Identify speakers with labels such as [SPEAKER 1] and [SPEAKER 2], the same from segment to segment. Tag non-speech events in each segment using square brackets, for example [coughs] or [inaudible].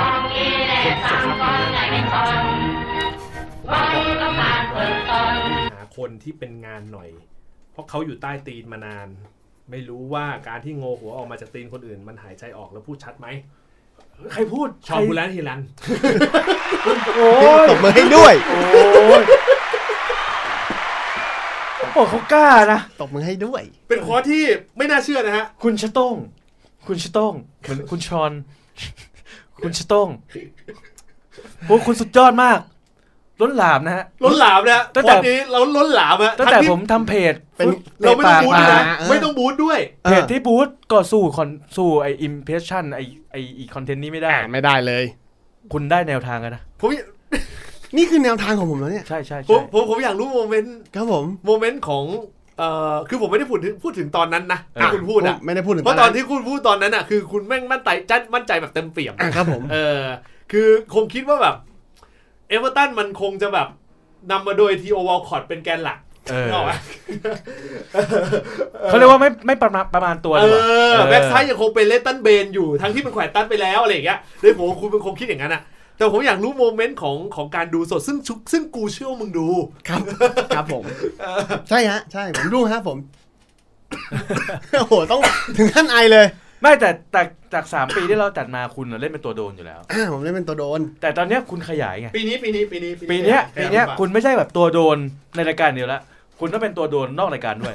[SPEAKER 1] คนเจ็บครับหาคนที่เป็นงานหน่อย เพราะเขาอยู่ใต้ตีนมานาน ไม่รู้ว่าการที่โงหัวออกมาจากตีนคนอื่น มันหายใจออกแล้วพูดชัดไหมใครพูดชอบูรันฮิรัน
[SPEAKER 2] โอ้ย
[SPEAKER 3] ตบมือให้ด้วย
[SPEAKER 2] โอ้ยโอ้ยเขากล้านะ
[SPEAKER 3] ตบมือให้ด้วย
[SPEAKER 1] เป็นคอร์สที่ไม่น่าเชื่อนะฮะ
[SPEAKER 2] คุณชะต้ง คุณชะต้ง คุณชอน คุณชะต้งโอ้คุณสุดยอดมาก ล้นหลามนะฮะ
[SPEAKER 1] ล้นหลามนะ
[SPEAKER 2] ตั้ง
[SPEAKER 1] ค
[SPEAKER 2] แต่
[SPEAKER 1] อร์สนี้เราล้นหลามอะ
[SPEAKER 2] ตั้งแต่
[SPEAKER 1] ทั้ที่
[SPEAKER 2] ผมทำเพจ
[SPEAKER 3] เป็น
[SPEAKER 1] เราไม่ต้องบูทด้วยนะ
[SPEAKER 3] เตะปากมา
[SPEAKER 1] ไม่ต้องบูทด้วย
[SPEAKER 2] เพจที่บูธก็สู้คอนสู้ไออิมเพรสชั่นไอไออีคอนเทนต์นี้ไม่ได้
[SPEAKER 3] อ่าไม่ได้เลย
[SPEAKER 2] คุณได้แนวทางกันนะ
[SPEAKER 1] ผม
[SPEAKER 3] นี่คือแนวทางของผมแล้วเนี่ย
[SPEAKER 2] ใช่ใช่
[SPEAKER 1] ผม
[SPEAKER 2] ใช่
[SPEAKER 1] ผมผมอยากรู้โมเมนต์
[SPEAKER 3] ครับผม
[SPEAKER 1] โมเมนต์ของเอ่อคือผมไม่ได้พูดถึงพูดถึงตอนนั้นนะที่คุณพูดอะ
[SPEAKER 3] ผมไม่ได้พูดถึง
[SPEAKER 1] เพราะตอนที่คุณพูดตอนนั้นอะคือคุณแม่งมั่นใจจัดมั่นใจแบบเต็มเปี่ยม
[SPEAKER 3] อ่ะครับผม
[SPEAKER 1] เออ คือคงคิดว่าแบบ เอเวอร์ตันมันคงจะแบบนำมาโดยทีโอวอลคอร์ดเป็นแกนหลัก
[SPEAKER 2] เออ
[SPEAKER 1] นึกออกปะ
[SPEAKER 2] เขาเรียกว่าไม่ไม่ประมาณประมาณตัว
[SPEAKER 1] เอ
[SPEAKER 2] ดีกว่า
[SPEAKER 1] อ
[SPEAKER 2] เออ
[SPEAKER 1] แบ็กซ้ายยังคงเป็นเลตันเบนอยู่ ทั้งที่มันแขวนตันไปแล้วอะไรอย่างเงี้ยโดยผมว่าคุณเป็นคงคิดอย่างนั้นอะแต่ผมอยากรู้โมเมนต์ของของการดูสดซึ่งชุกซึ่งกูเชื่อว่ามึงดู
[SPEAKER 3] ครับ ครับผม ใช่ฮะ ใช่ ผมรู้ฮะผม โอ้โห ต้องถึงขั้นไอเลย
[SPEAKER 2] ไม่แต่แต่จากสามปีที่เราจัดมาคุณน่ะเล่นเป็นตัวโดนอยู่แล้ว
[SPEAKER 3] อ่า ผมเล่นเป็นตัวโดน
[SPEAKER 2] แต่ตอนเนี้ยคุณขยายไง
[SPEAKER 1] ปีนี้ปีนี้ปีนี้
[SPEAKER 2] ปีเนี้ย
[SPEAKER 1] ข
[SPEAKER 2] ปี
[SPEAKER 1] ยับ
[SPEAKER 2] เนี้ย
[SPEAKER 1] มา
[SPEAKER 2] คุณไม่ใช่แบบตัวโดนในรายการเดียวละคุณต้องเป็นตัวโดนนอกรายการด้วย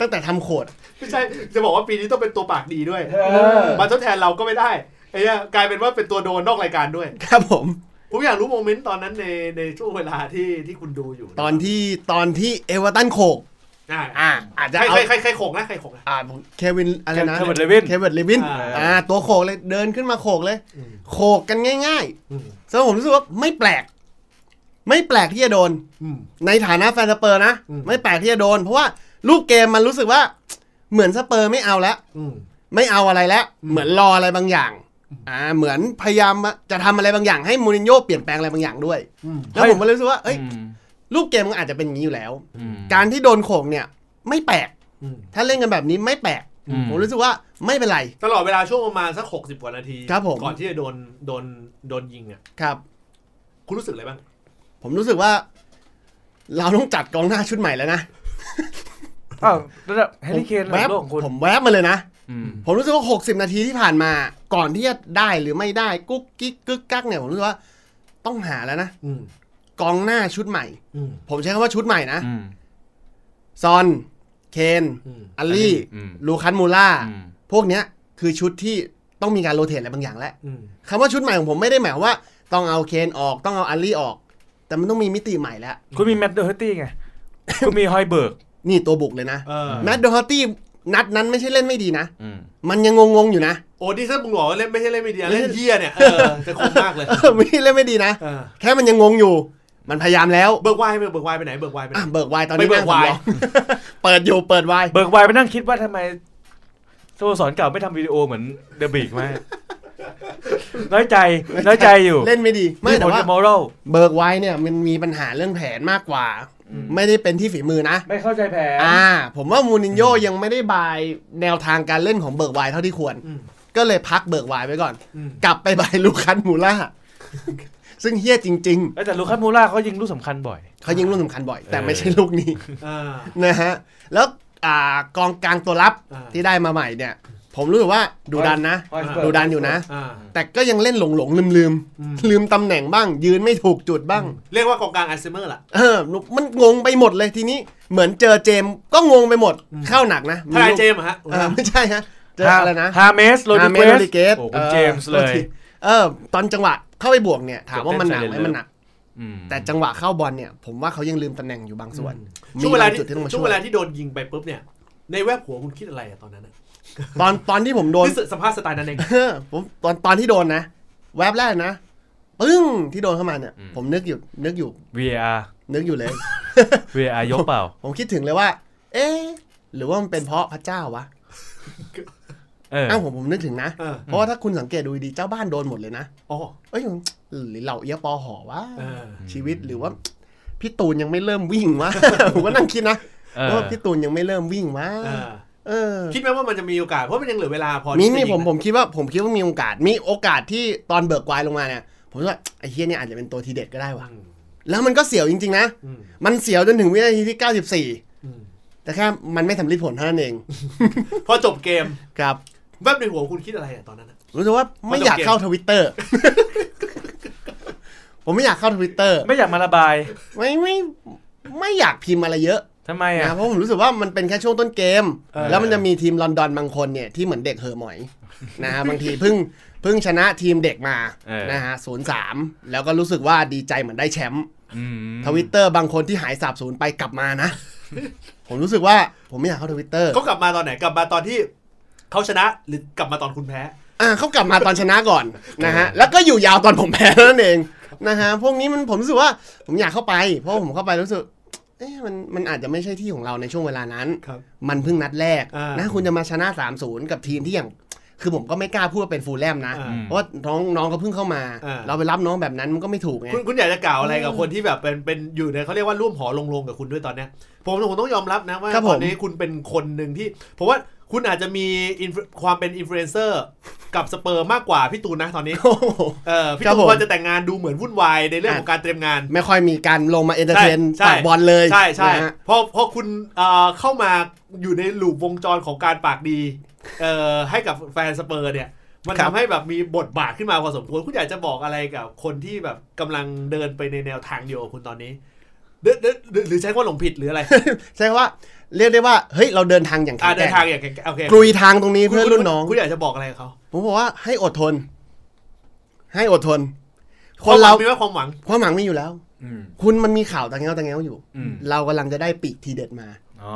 [SPEAKER 3] ตั้งแต่ทำโขด
[SPEAKER 1] ไม่ใช่จะบอกว่าปีนี้ต้องเป็นตัวปากดีด้วย
[SPEAKER 2] อ
[SPEAKER 1] มาทดแทนเราก็ไม่ได้ไอ้เนี้ยกลายเป็นว่าเป็นตัวโดนนอกรายการด้วย
[SPEAKER 3] ครับผม
[SPEAKER 1] ผมอยากรู้โมเมนต์ตอนนั้นในในช่วงเวลาที่ที่คุณดูอยู่ะ
[SPEAKER 3] ตอนที่ตอนที่เอเวอร์ตันโขก
[SPEAKER 1] อ่า
[SPEAKER 3] อ่า อาจจะ
[SPEAKER 1] ใคร
[SPEAKER 3] เอา
[SPEAKER 1] ใครใครใครโขกนะใครโขกนะ
[SPEAKER 3] อ่าผมเควินอะไรนะ
[SPEAKER 2] เควินเลวิน
[SPEAKER 3] เควินเลวิน
[SPEAKER 1] อ่า
[SPEAKER 3] อ่า ตัวโขกเลย เดินขึ้นมาโขกเลย
[SPEAKER 1] อืม
[SPEAKER 3] โขกกันง่าย
[SPEAKER 1] อืม
[SPEAKER 3] ๆสำหรับผมรู้สึกว่าไม่แปลก ไม่แปลกที่จะโดน
[SPEAKER 1] อืม
[SPEAKER 3] ในฐานะแฟนสเปอร์นะ
[SPEAKER 1] อืม
[SPEAKER 3] ไม่แปลกที่จะโดน เพราะว่ารูปเกมมันรู้สึกว่า เหมือนสเปอร์ไม่เอาละ
[SPEAKER 1] อืม
[SPEAKER 3] ไม่เอาอะไรแล้ว
[SPEAKER 1] อืม
[SPEAKER 3] เหมือนรออะไรบางอย่าง อ่า เหมือนพยายามจะทำอะไรบางอย่างให้มูรินโญ่เปลี่ยนแปลงอะไรบางอย่างด้วย
[SPEAKER 1] อืม
[SPEAKER 3] แล้วผมก็เลยรู้สึกว่าเอ้ย
[SPEAKER 2] อืม
[SPEAKER 3] รูปเกมมันอาจจะเป็นอย่างนี้อยู่แล้ว
[SPEAKER 2] อืม
[SPEAKER 3] การที่โดนโขงเนี่ย ไม่แปลก
[SPEAKER 1] อืม
[SPEAKER 3] ถ้าเล่นกันแบบนี้ไม่แปลก
[SPEAKER 2] อืม
[SPEAKER 3] ผมรู้สึกว่าไม่เป็นไร
[SPEAKER 1] ตลอดเวลาช่วงประมาณสักหกสิบกว่านาที
[SPEAKER 3] ครับผม
[SPEAKER 1] ก่อนที่จะโดนโดนโดนยิงอ่ะ
[SPEAKER 3] ครับ
[SPEAKER 1] คุณรู้สึกอะไรบ้าง
[SPEAKER 3] ผมรู้สึกว่า เราต้องจัดกองหน้าชุดใหม่แล้วนะ
[SPEAKER 2] อ้าวระดับแฮร์รี่เคน
[SPEAKER 3] แว
[SPEAKER 2] ระดั
[SPEAKER 3] บบ
[SPEAKER 2] โลกของคุณ
[SPEAKER 3] ผมแวบมาเลยนะ
[SPEAKER 2] อืม
[SPEAKER 3] ผมรู้สึกว่า 60 นาทีที่ผ่านมา ก่อนที่จะได้หรือไม่ได้ กุ๊กกิ๊กกึกกักเนี่ย ผมรู้สึกว่า ต้องหาแล้วนะ
[SPEAKER 1] อืม
[SPEAKER 3] กองหน้าชุดใหม่
[SPEAKER 1] อืม
[SPEAKER 3] ผมใช้คำว่าชุดใหม่นะ
[SPEAKER 2] อืม
[SPEAKER 3] ซอน เคน
[SPEAKER 1] อืม
[SPEAKER 3] อัลลี่
[SPEAKER 2] อืม
[SPEAKER 3] ลูคัสมูล่า
[SPEAKER 2] อืม
[SPEAKER 3] พวกเนี้ยคือชุดที่ต้องมีการโรเตทอะไรบางอย่างแล้ว
[SPEAKER 1] อืม
[SPEAKER 3] คำว่าชุดใหม่ของผมไม่ได้หมายความว่า ต้องเอาเคนออกต้องเอาอัลลี่ออก แต่มันต้องมีมิติใหม่แล้ว
[SPEAKER 2] คุณมีแมตต์เดอร์ตี้ไง คุณมีฮอยเบิร์ก
[SPEAKER 3] นี่ตัวบุกเลยนะ
[SPEAKER 1] เออ
[SPEAKER 3] แมตต์ดอฮอตตี้นัดนั้นไม่ใช่เล่นไม่ดีนะ
[SPEAKER 2] อืม
[SPEAKER 3] มันยังงงๆอยู่นะ [laughs]
[SPEAKER 1] โอ้ที่ท่านบุงบอกว่าเล่นไม่ใช่เล่นไม่ดีอะเล่นเฮียเนี่ยเออจะคมมากเลย
[SPEAKER 3] เออไม่ใช่เล่นไม่ดีนะ
[SPEAKER 1] เออ
[SPEAKER 3] แค่มันยังงงอยู่ มันพยายามแล้ว
[SPEAKER 1] เบิกวายไปเบิกวายไปไหนเบิกวายไปไหน
[SPEAKER 3] อ่ะเบิกไวน์ตอน
[SPEAKER 1] ไม่
[SPEAKER 3] นี้
[SPEAKER 1] เบิก
[SPEAKER 3] นั่งสำรอง
[SPEAKER 1] ไวน์
[SPEAKER 3] [laughs] เปิดอยู่เปิดไวน์
[SPEAKER 2] เบิร์กไวายไปนั่งคิดว่าทำไมสโมสรเก่าไม่ทำวิดีโอเหมือนเดอะบิกไหมน้อยใจ น้อยใจอยู่
[SPEAKER 3] เล่นไม่ดีไม่แต่
[SPEAKER 2] ผล
[SPEAKER 3] ว่า
[SPEAKER 2] กับมอรัล
[SPEAKER 3] เบิกไวน์เนี่ยมันมีปัญหาเรื่องแผนมากกว่า ไม่ได้เป็นที่ฝีมือนะ
[SPEAKER 2] ไม่เข้าใจแผน
[SPEAKER 3] อ่า ผมว่ามูนินโญ่ยังไม่ได้บายแนวทางการเล่นของเบิกไวน์เท่าที่ควร
[SPEAKER 1] อืม
[SPEAKER 3] ก็เลยพักเบิกไวน์ไว้ก่อน
[SPEAKER 1] อืม
[SPEAKER 3] กลับไปบายลูคัสมูล่า [laughs] ซึ่งเฮี้ยจริง
[SPEAKER 2] แล้วแต่ลูคัสมูล่าเขายิงลูกสำคัญบ่อย
[SPEAKER 3] ๆ เขายิงลูกสำคัญบ่อย แต่
[SPEAKER 2] เออ
[SPEAKER 3] ไม่ใช่ลูก
[SPEAKER 2] [laughs]
[SPEAKER 3] นี้
[SPEAKER 1] อ่า
[SPEAKER 3] นะฮะ แล้วอ่ากองกลางตัวรับ
[SPEAKER 1] อ่า
[SPEAKER 3] ที่ได้มาใหม่เนี่ย ผมรู้สึกว่าดูดันนะ ดูดันอยู่นะ
[SPEAKER 1] อ่า
[SPEAKER 3] แต่ก็ยังเล่นหลงหลงลืมลืมๆ
[SPEAKER 1] อืม
[SPEAKER 3] ลืมตำแหน่งบ้าง ยืนไม่ถูกจุดบ้าง
[SPEAKER 1] เรียกว่ากองกลางอัลไซเมอร์ล่ะ
[SPEAKER 3] เออ มันงงไปหมดเลยทีนี้ เหมือนเจอเจมส์ก็งงไปหมด
[SPEAKER 1] อืม
[SPEAKER 3] เข้าหนักนะ
[SPEAKER 1] ทนายเจ
[SPEAKER 3] ส์
[SPEAKER 1] มส์อะฮะ
[SPEAKER 3] ไม่ใช่ฮะ เจออะไรนะ
[SPEAKER 2] ฮาเมสโรดิ
[SPEAKER 3] ฮาเมสโรดิ
[SPEAKER 2] เก
[SPEAKER 3] เก
[SPEAKER 2] ส
[SPEAKER 3] ส
[SPEAKER 2] โอ้คุณเจมส์เลย
[SPEAKER 3] [laughs] เออ ตอนจังหวะเข้าไปบวกเนี่ย ถามว่ามันหนักไหม
[SPEAKER 2] เต้น
[SPEAKER 3] มันหนัก
[SPEAKER 2] อืม
[SPEAKER 3] แต่จังหวะเข้าบอลเนี่ย ผมว่าเขายังลืมตำแหน่งอยู่บางส่วนมี
[SPEAKER 1] ช่วงเวลา
[SPEAKER 3] บ
[SPEAKER 1] ที่
[SPEAKER 3] จุดที่ต้องมา
[SPEAKER 1] ช่
[SPEAKER 3] ช่
[SPEAKER 1] ว
[SPEAKER 3] ว
[SPEAKER 1] งเวย ลาที่โดนยิงไปปุ๊บเนี่ย ในแวบหัวคุณคิดอะไรอะตอนนั้นอะ
[SPEAKER 3] ตอนตอนที่ผมโดน
[SPEAKER 1] นี่สภาพสไตล์นั้นเอง
[SPEAKER 3] เออผมตอนตอนที่โดนนะ แวบแรกนะ ปึ้งที่โดนเข้ามาเนี่ย
[SPEAKER 2] อืม
[SPEAKER 3] ผมนึกอยู่นึกอยู่
[SPEAKER 2] VR
[SPEAKER 3] นึกอยู่เลย
[SPEAKER 2] VR ยกเปล่า
[SPEAKER 3] ผมคิดถึงเลยว่า เอ๊ะหรือว่ามันเป็นเพราะพระเจ้าวะ
[SPEAKER 2] เออ
[SPEAKER 3] อ้าวผมผมนึกถึงนะ
[SPEAKER 1] เออ
[SPEAKER 3] เพราะว่าถ้าคุณสังเกตดูดีๆเจ้าบ้านโดนหมดเลยนะ
[SPEAKER 1] อ๋อ
[SPEAKER 3] เอ้ยมันหรือเหล่าเอียปอหอวะ
[SPEAKER 1] เออ
[SPEAKER 3] ชีวิตหรือว่า พี่ตูนยังไม่เริ่มวิ่งวะ ผมก็นั่งคิดนะ
[SPEAKER 2] เออ
[SPEAKER 3] ว่าพี่ตูนยังไม่เริ่มวิ่งวะ
[SPEAKER 1] เออ
[SPEAKER 3] เออ
[SPEAKER 1] คิดไหมว่ามันจะมีโอกาสเพราะมันยังเหลือเวลาพอ
[SPEAKER 3] มี
[SPEAKER 1] ที่จะ
[SPEAKER 3] นี่
[SPEAKER 1] ยิง
[SPEAKER 3] ผมผมคิดว่าผมคิดว่ามีโอกาสมีโอกาสที่ตอนเบิกไวน์ลงมาเนี่ย ผมว่าไอ้เฮียเนี่ยอาจจะเป็นตัวทีเด็ดก็ได้ว่ะ
[SPEAKER 4] อืม
[SPEAKER 3] แล้วมันก็เสียวจริงๆนะ
[SPEAKER 4] อืม
[SPEAKER 3] มันเสียวจนถึงวินาทีที่
[SPEAKER 4] อืม
[SPEAKER 3] 94 แต่แค่มันไม่สำลิดผลเท่านั้นเอง
[SPEAKER 1] พอจบเกม
[SPEAKER 3] ครับ
[SPEAKER 1] แวบในหัวคุณคิดอะไรอะตอนนั้นอะ
[SPEAKER 3] รู้สึกว่าไม่อยากเข้าทวิตเตอร์ ผมไม่อยากเข้าทวิตเตอร์
[SPEAKER 2] ไม่อยากมาระบาย
[SPEAKER 3] ไม่ไม่ไม่อยากพิมพ์อะไรเยอะ
[SPEAKER 2] ทำไมอ่ะ
[SPEAKER 3] นะเพราะผมรู้สึกว่ามันเป็นแค่ช่วงต้นเกม
[SPEAKER 1] เออ
[SPEAKER 3] แล้วมันจะมีทีมลอนดอนบางคนเนี่ยที่เหมือนเด็กเฮอหมอย [laughs] นะฮะบางทีเพิ่งเพิ่งชนะทีมเด็กมา
[SPEAKER 2] เออ
[SPEAKER 3] นะฮะศูนย์สามแล้วก็รู้สึกว่าดีใจเหมือนได้แชมป์
[SPEAKER 2] อืม
[SPEAKER 3] ทวิตเตอร์บางคนที่หายสาบสูญไปกลับมานะ ผมรู้สึกว่าผมไม่อยากเข้าทวิตเตอร์
[SPEAKER 1] เขากลับมาตอนไหนกลับมาตอนที่เขาชนะหรือกลับมาตอนคุณแพ้
[SPEAKER 3] อ่าเขากลับมาตอนชนะก่อนนะฮะแล้วก็อยู่ยาวตอนผมแพ้เท่านั่นเองนะฮะพวกนี้มันผมรู้สึกว่าผมอยากเข้าไป เพราะผมเข้าไปรู้สึกเอ๊ะมันมันอาจจะไม่ใช่ที่ของเราในช่วงเวลานั้น
[SPEAKER 1] ครับ
[SPEAKER 3] มันเพิ่งนัดแรก
[SPEAKER 1] อ่าน
[SPEAKER 3] นะคุณจะมาชนะ3 0กับทีมที่อย่างคือผมก็ไม่กล้าพูดว่าเป็นฟูลแลมนะ
[SPEAKER 1] อ่า
[SPEAKER 2] อืม
[SPEAKER 3] เพราะว่าน้องน้องเขาเพิ่งเข้ามา
[SPEAKER 1] อ่า
[SPEAKER 3] เราไปรับน้องแบบนั้นมันก็ไม่ถูกไง
[SPEAKER 1] คุณคุณอยากจะกล่าวอะไรกับคนที่แบบเป็นเป็นอยู่ในเขาเรียกว่าร่วมหอลงโลงกับคุณด้วยตอนเนี้ยผมผมต้องยอมรับนะว่า
[SPEAKER 3] ครับผม
[SPEAKER 1] ตอนนี้คุณเป็นคนหนึ่งที่ผมว่าคุณอาจจะมีอินฟลูความเป็นอินฟลูเอนเซอร์กับสเปอร์มากกว่าพี่ตูนนะตอนนี้
[SPEAKER 3] โอ้โห
[SPEAKER 1] เออพี่
[SPEAKER 3] ครับ
[SPEAKER 1] ตู
[SPEAKER 3] ผ
[SPEAKER 1] น
[SPEAKER 3] ม
[SPEAKER 1] พอจะแต่งงานดูเหมือนวุ่นวายในเรื่องของการเตรียมงาน
[SPEAKER 3] ไม่ค่อยมีการลงมาเอนเตอร์เทน
[SPEAKER 1] ใช่
[SPEAKER 3] ปากบอลเลย
[SPEAKER 1] ใช่ใช่
[SPEAKER 3] นะฮะ
[SPEAKER 1] พอพอคุณเอ่อเข้ามาอยู่ในลูปวงจรของการปากดีเอ่อให้กับแฟนสเปอร์เนี่ย มันทำให้แบบมีบทบาทขึ้นมาพอสมควรคุณอยากจะบอกอะไรกับคนที่แบบกำลังเดินไปในแนวทางเดียวกับคุณตอนนี้หรือหรือหรือหรือใช้คำว่าหลงผิดหรืออะไร
[SPEAKER 3] ใช่ว่าเรียกได้ว่า เฮ้ย เราเดินทางอย่างแข็
[SPEAKER 1] อ่าง
[SPEAKER 3] แก
[SPEAKER 1] เดิ
[SPEAKER 3] ร่
[SPEAKER 1] นทาง
[SPEAKER 3] ง
[SPEAKER 1] อย่างแข็งโอเค
[SPEAKER 3] กลุยทางตรงนี้เพื่อรุ่นน้อง
[SPEAKER 1] คุณคุณคุณอยากจะบอกอะไรกับเขา
[SPEAKER 3] ผมบอกว่าให้อดทน ให้อดทน คนเรา
[SPEAKER 1] วมหวังมีไหมความหวัง
[SPEAKER 3] ความหวังไม่อยู่แล้ว
[SPEAKER 2] อืม
[SPEAKER 3] คุณมันมีข่าวตะแงวตะแงวอยู่
[SPEAKER 2] อืม
[SPEAKER 3] เรากำลังจะได้ปีกทีเด็ดมา
[SPEAKER 2] อ๋อ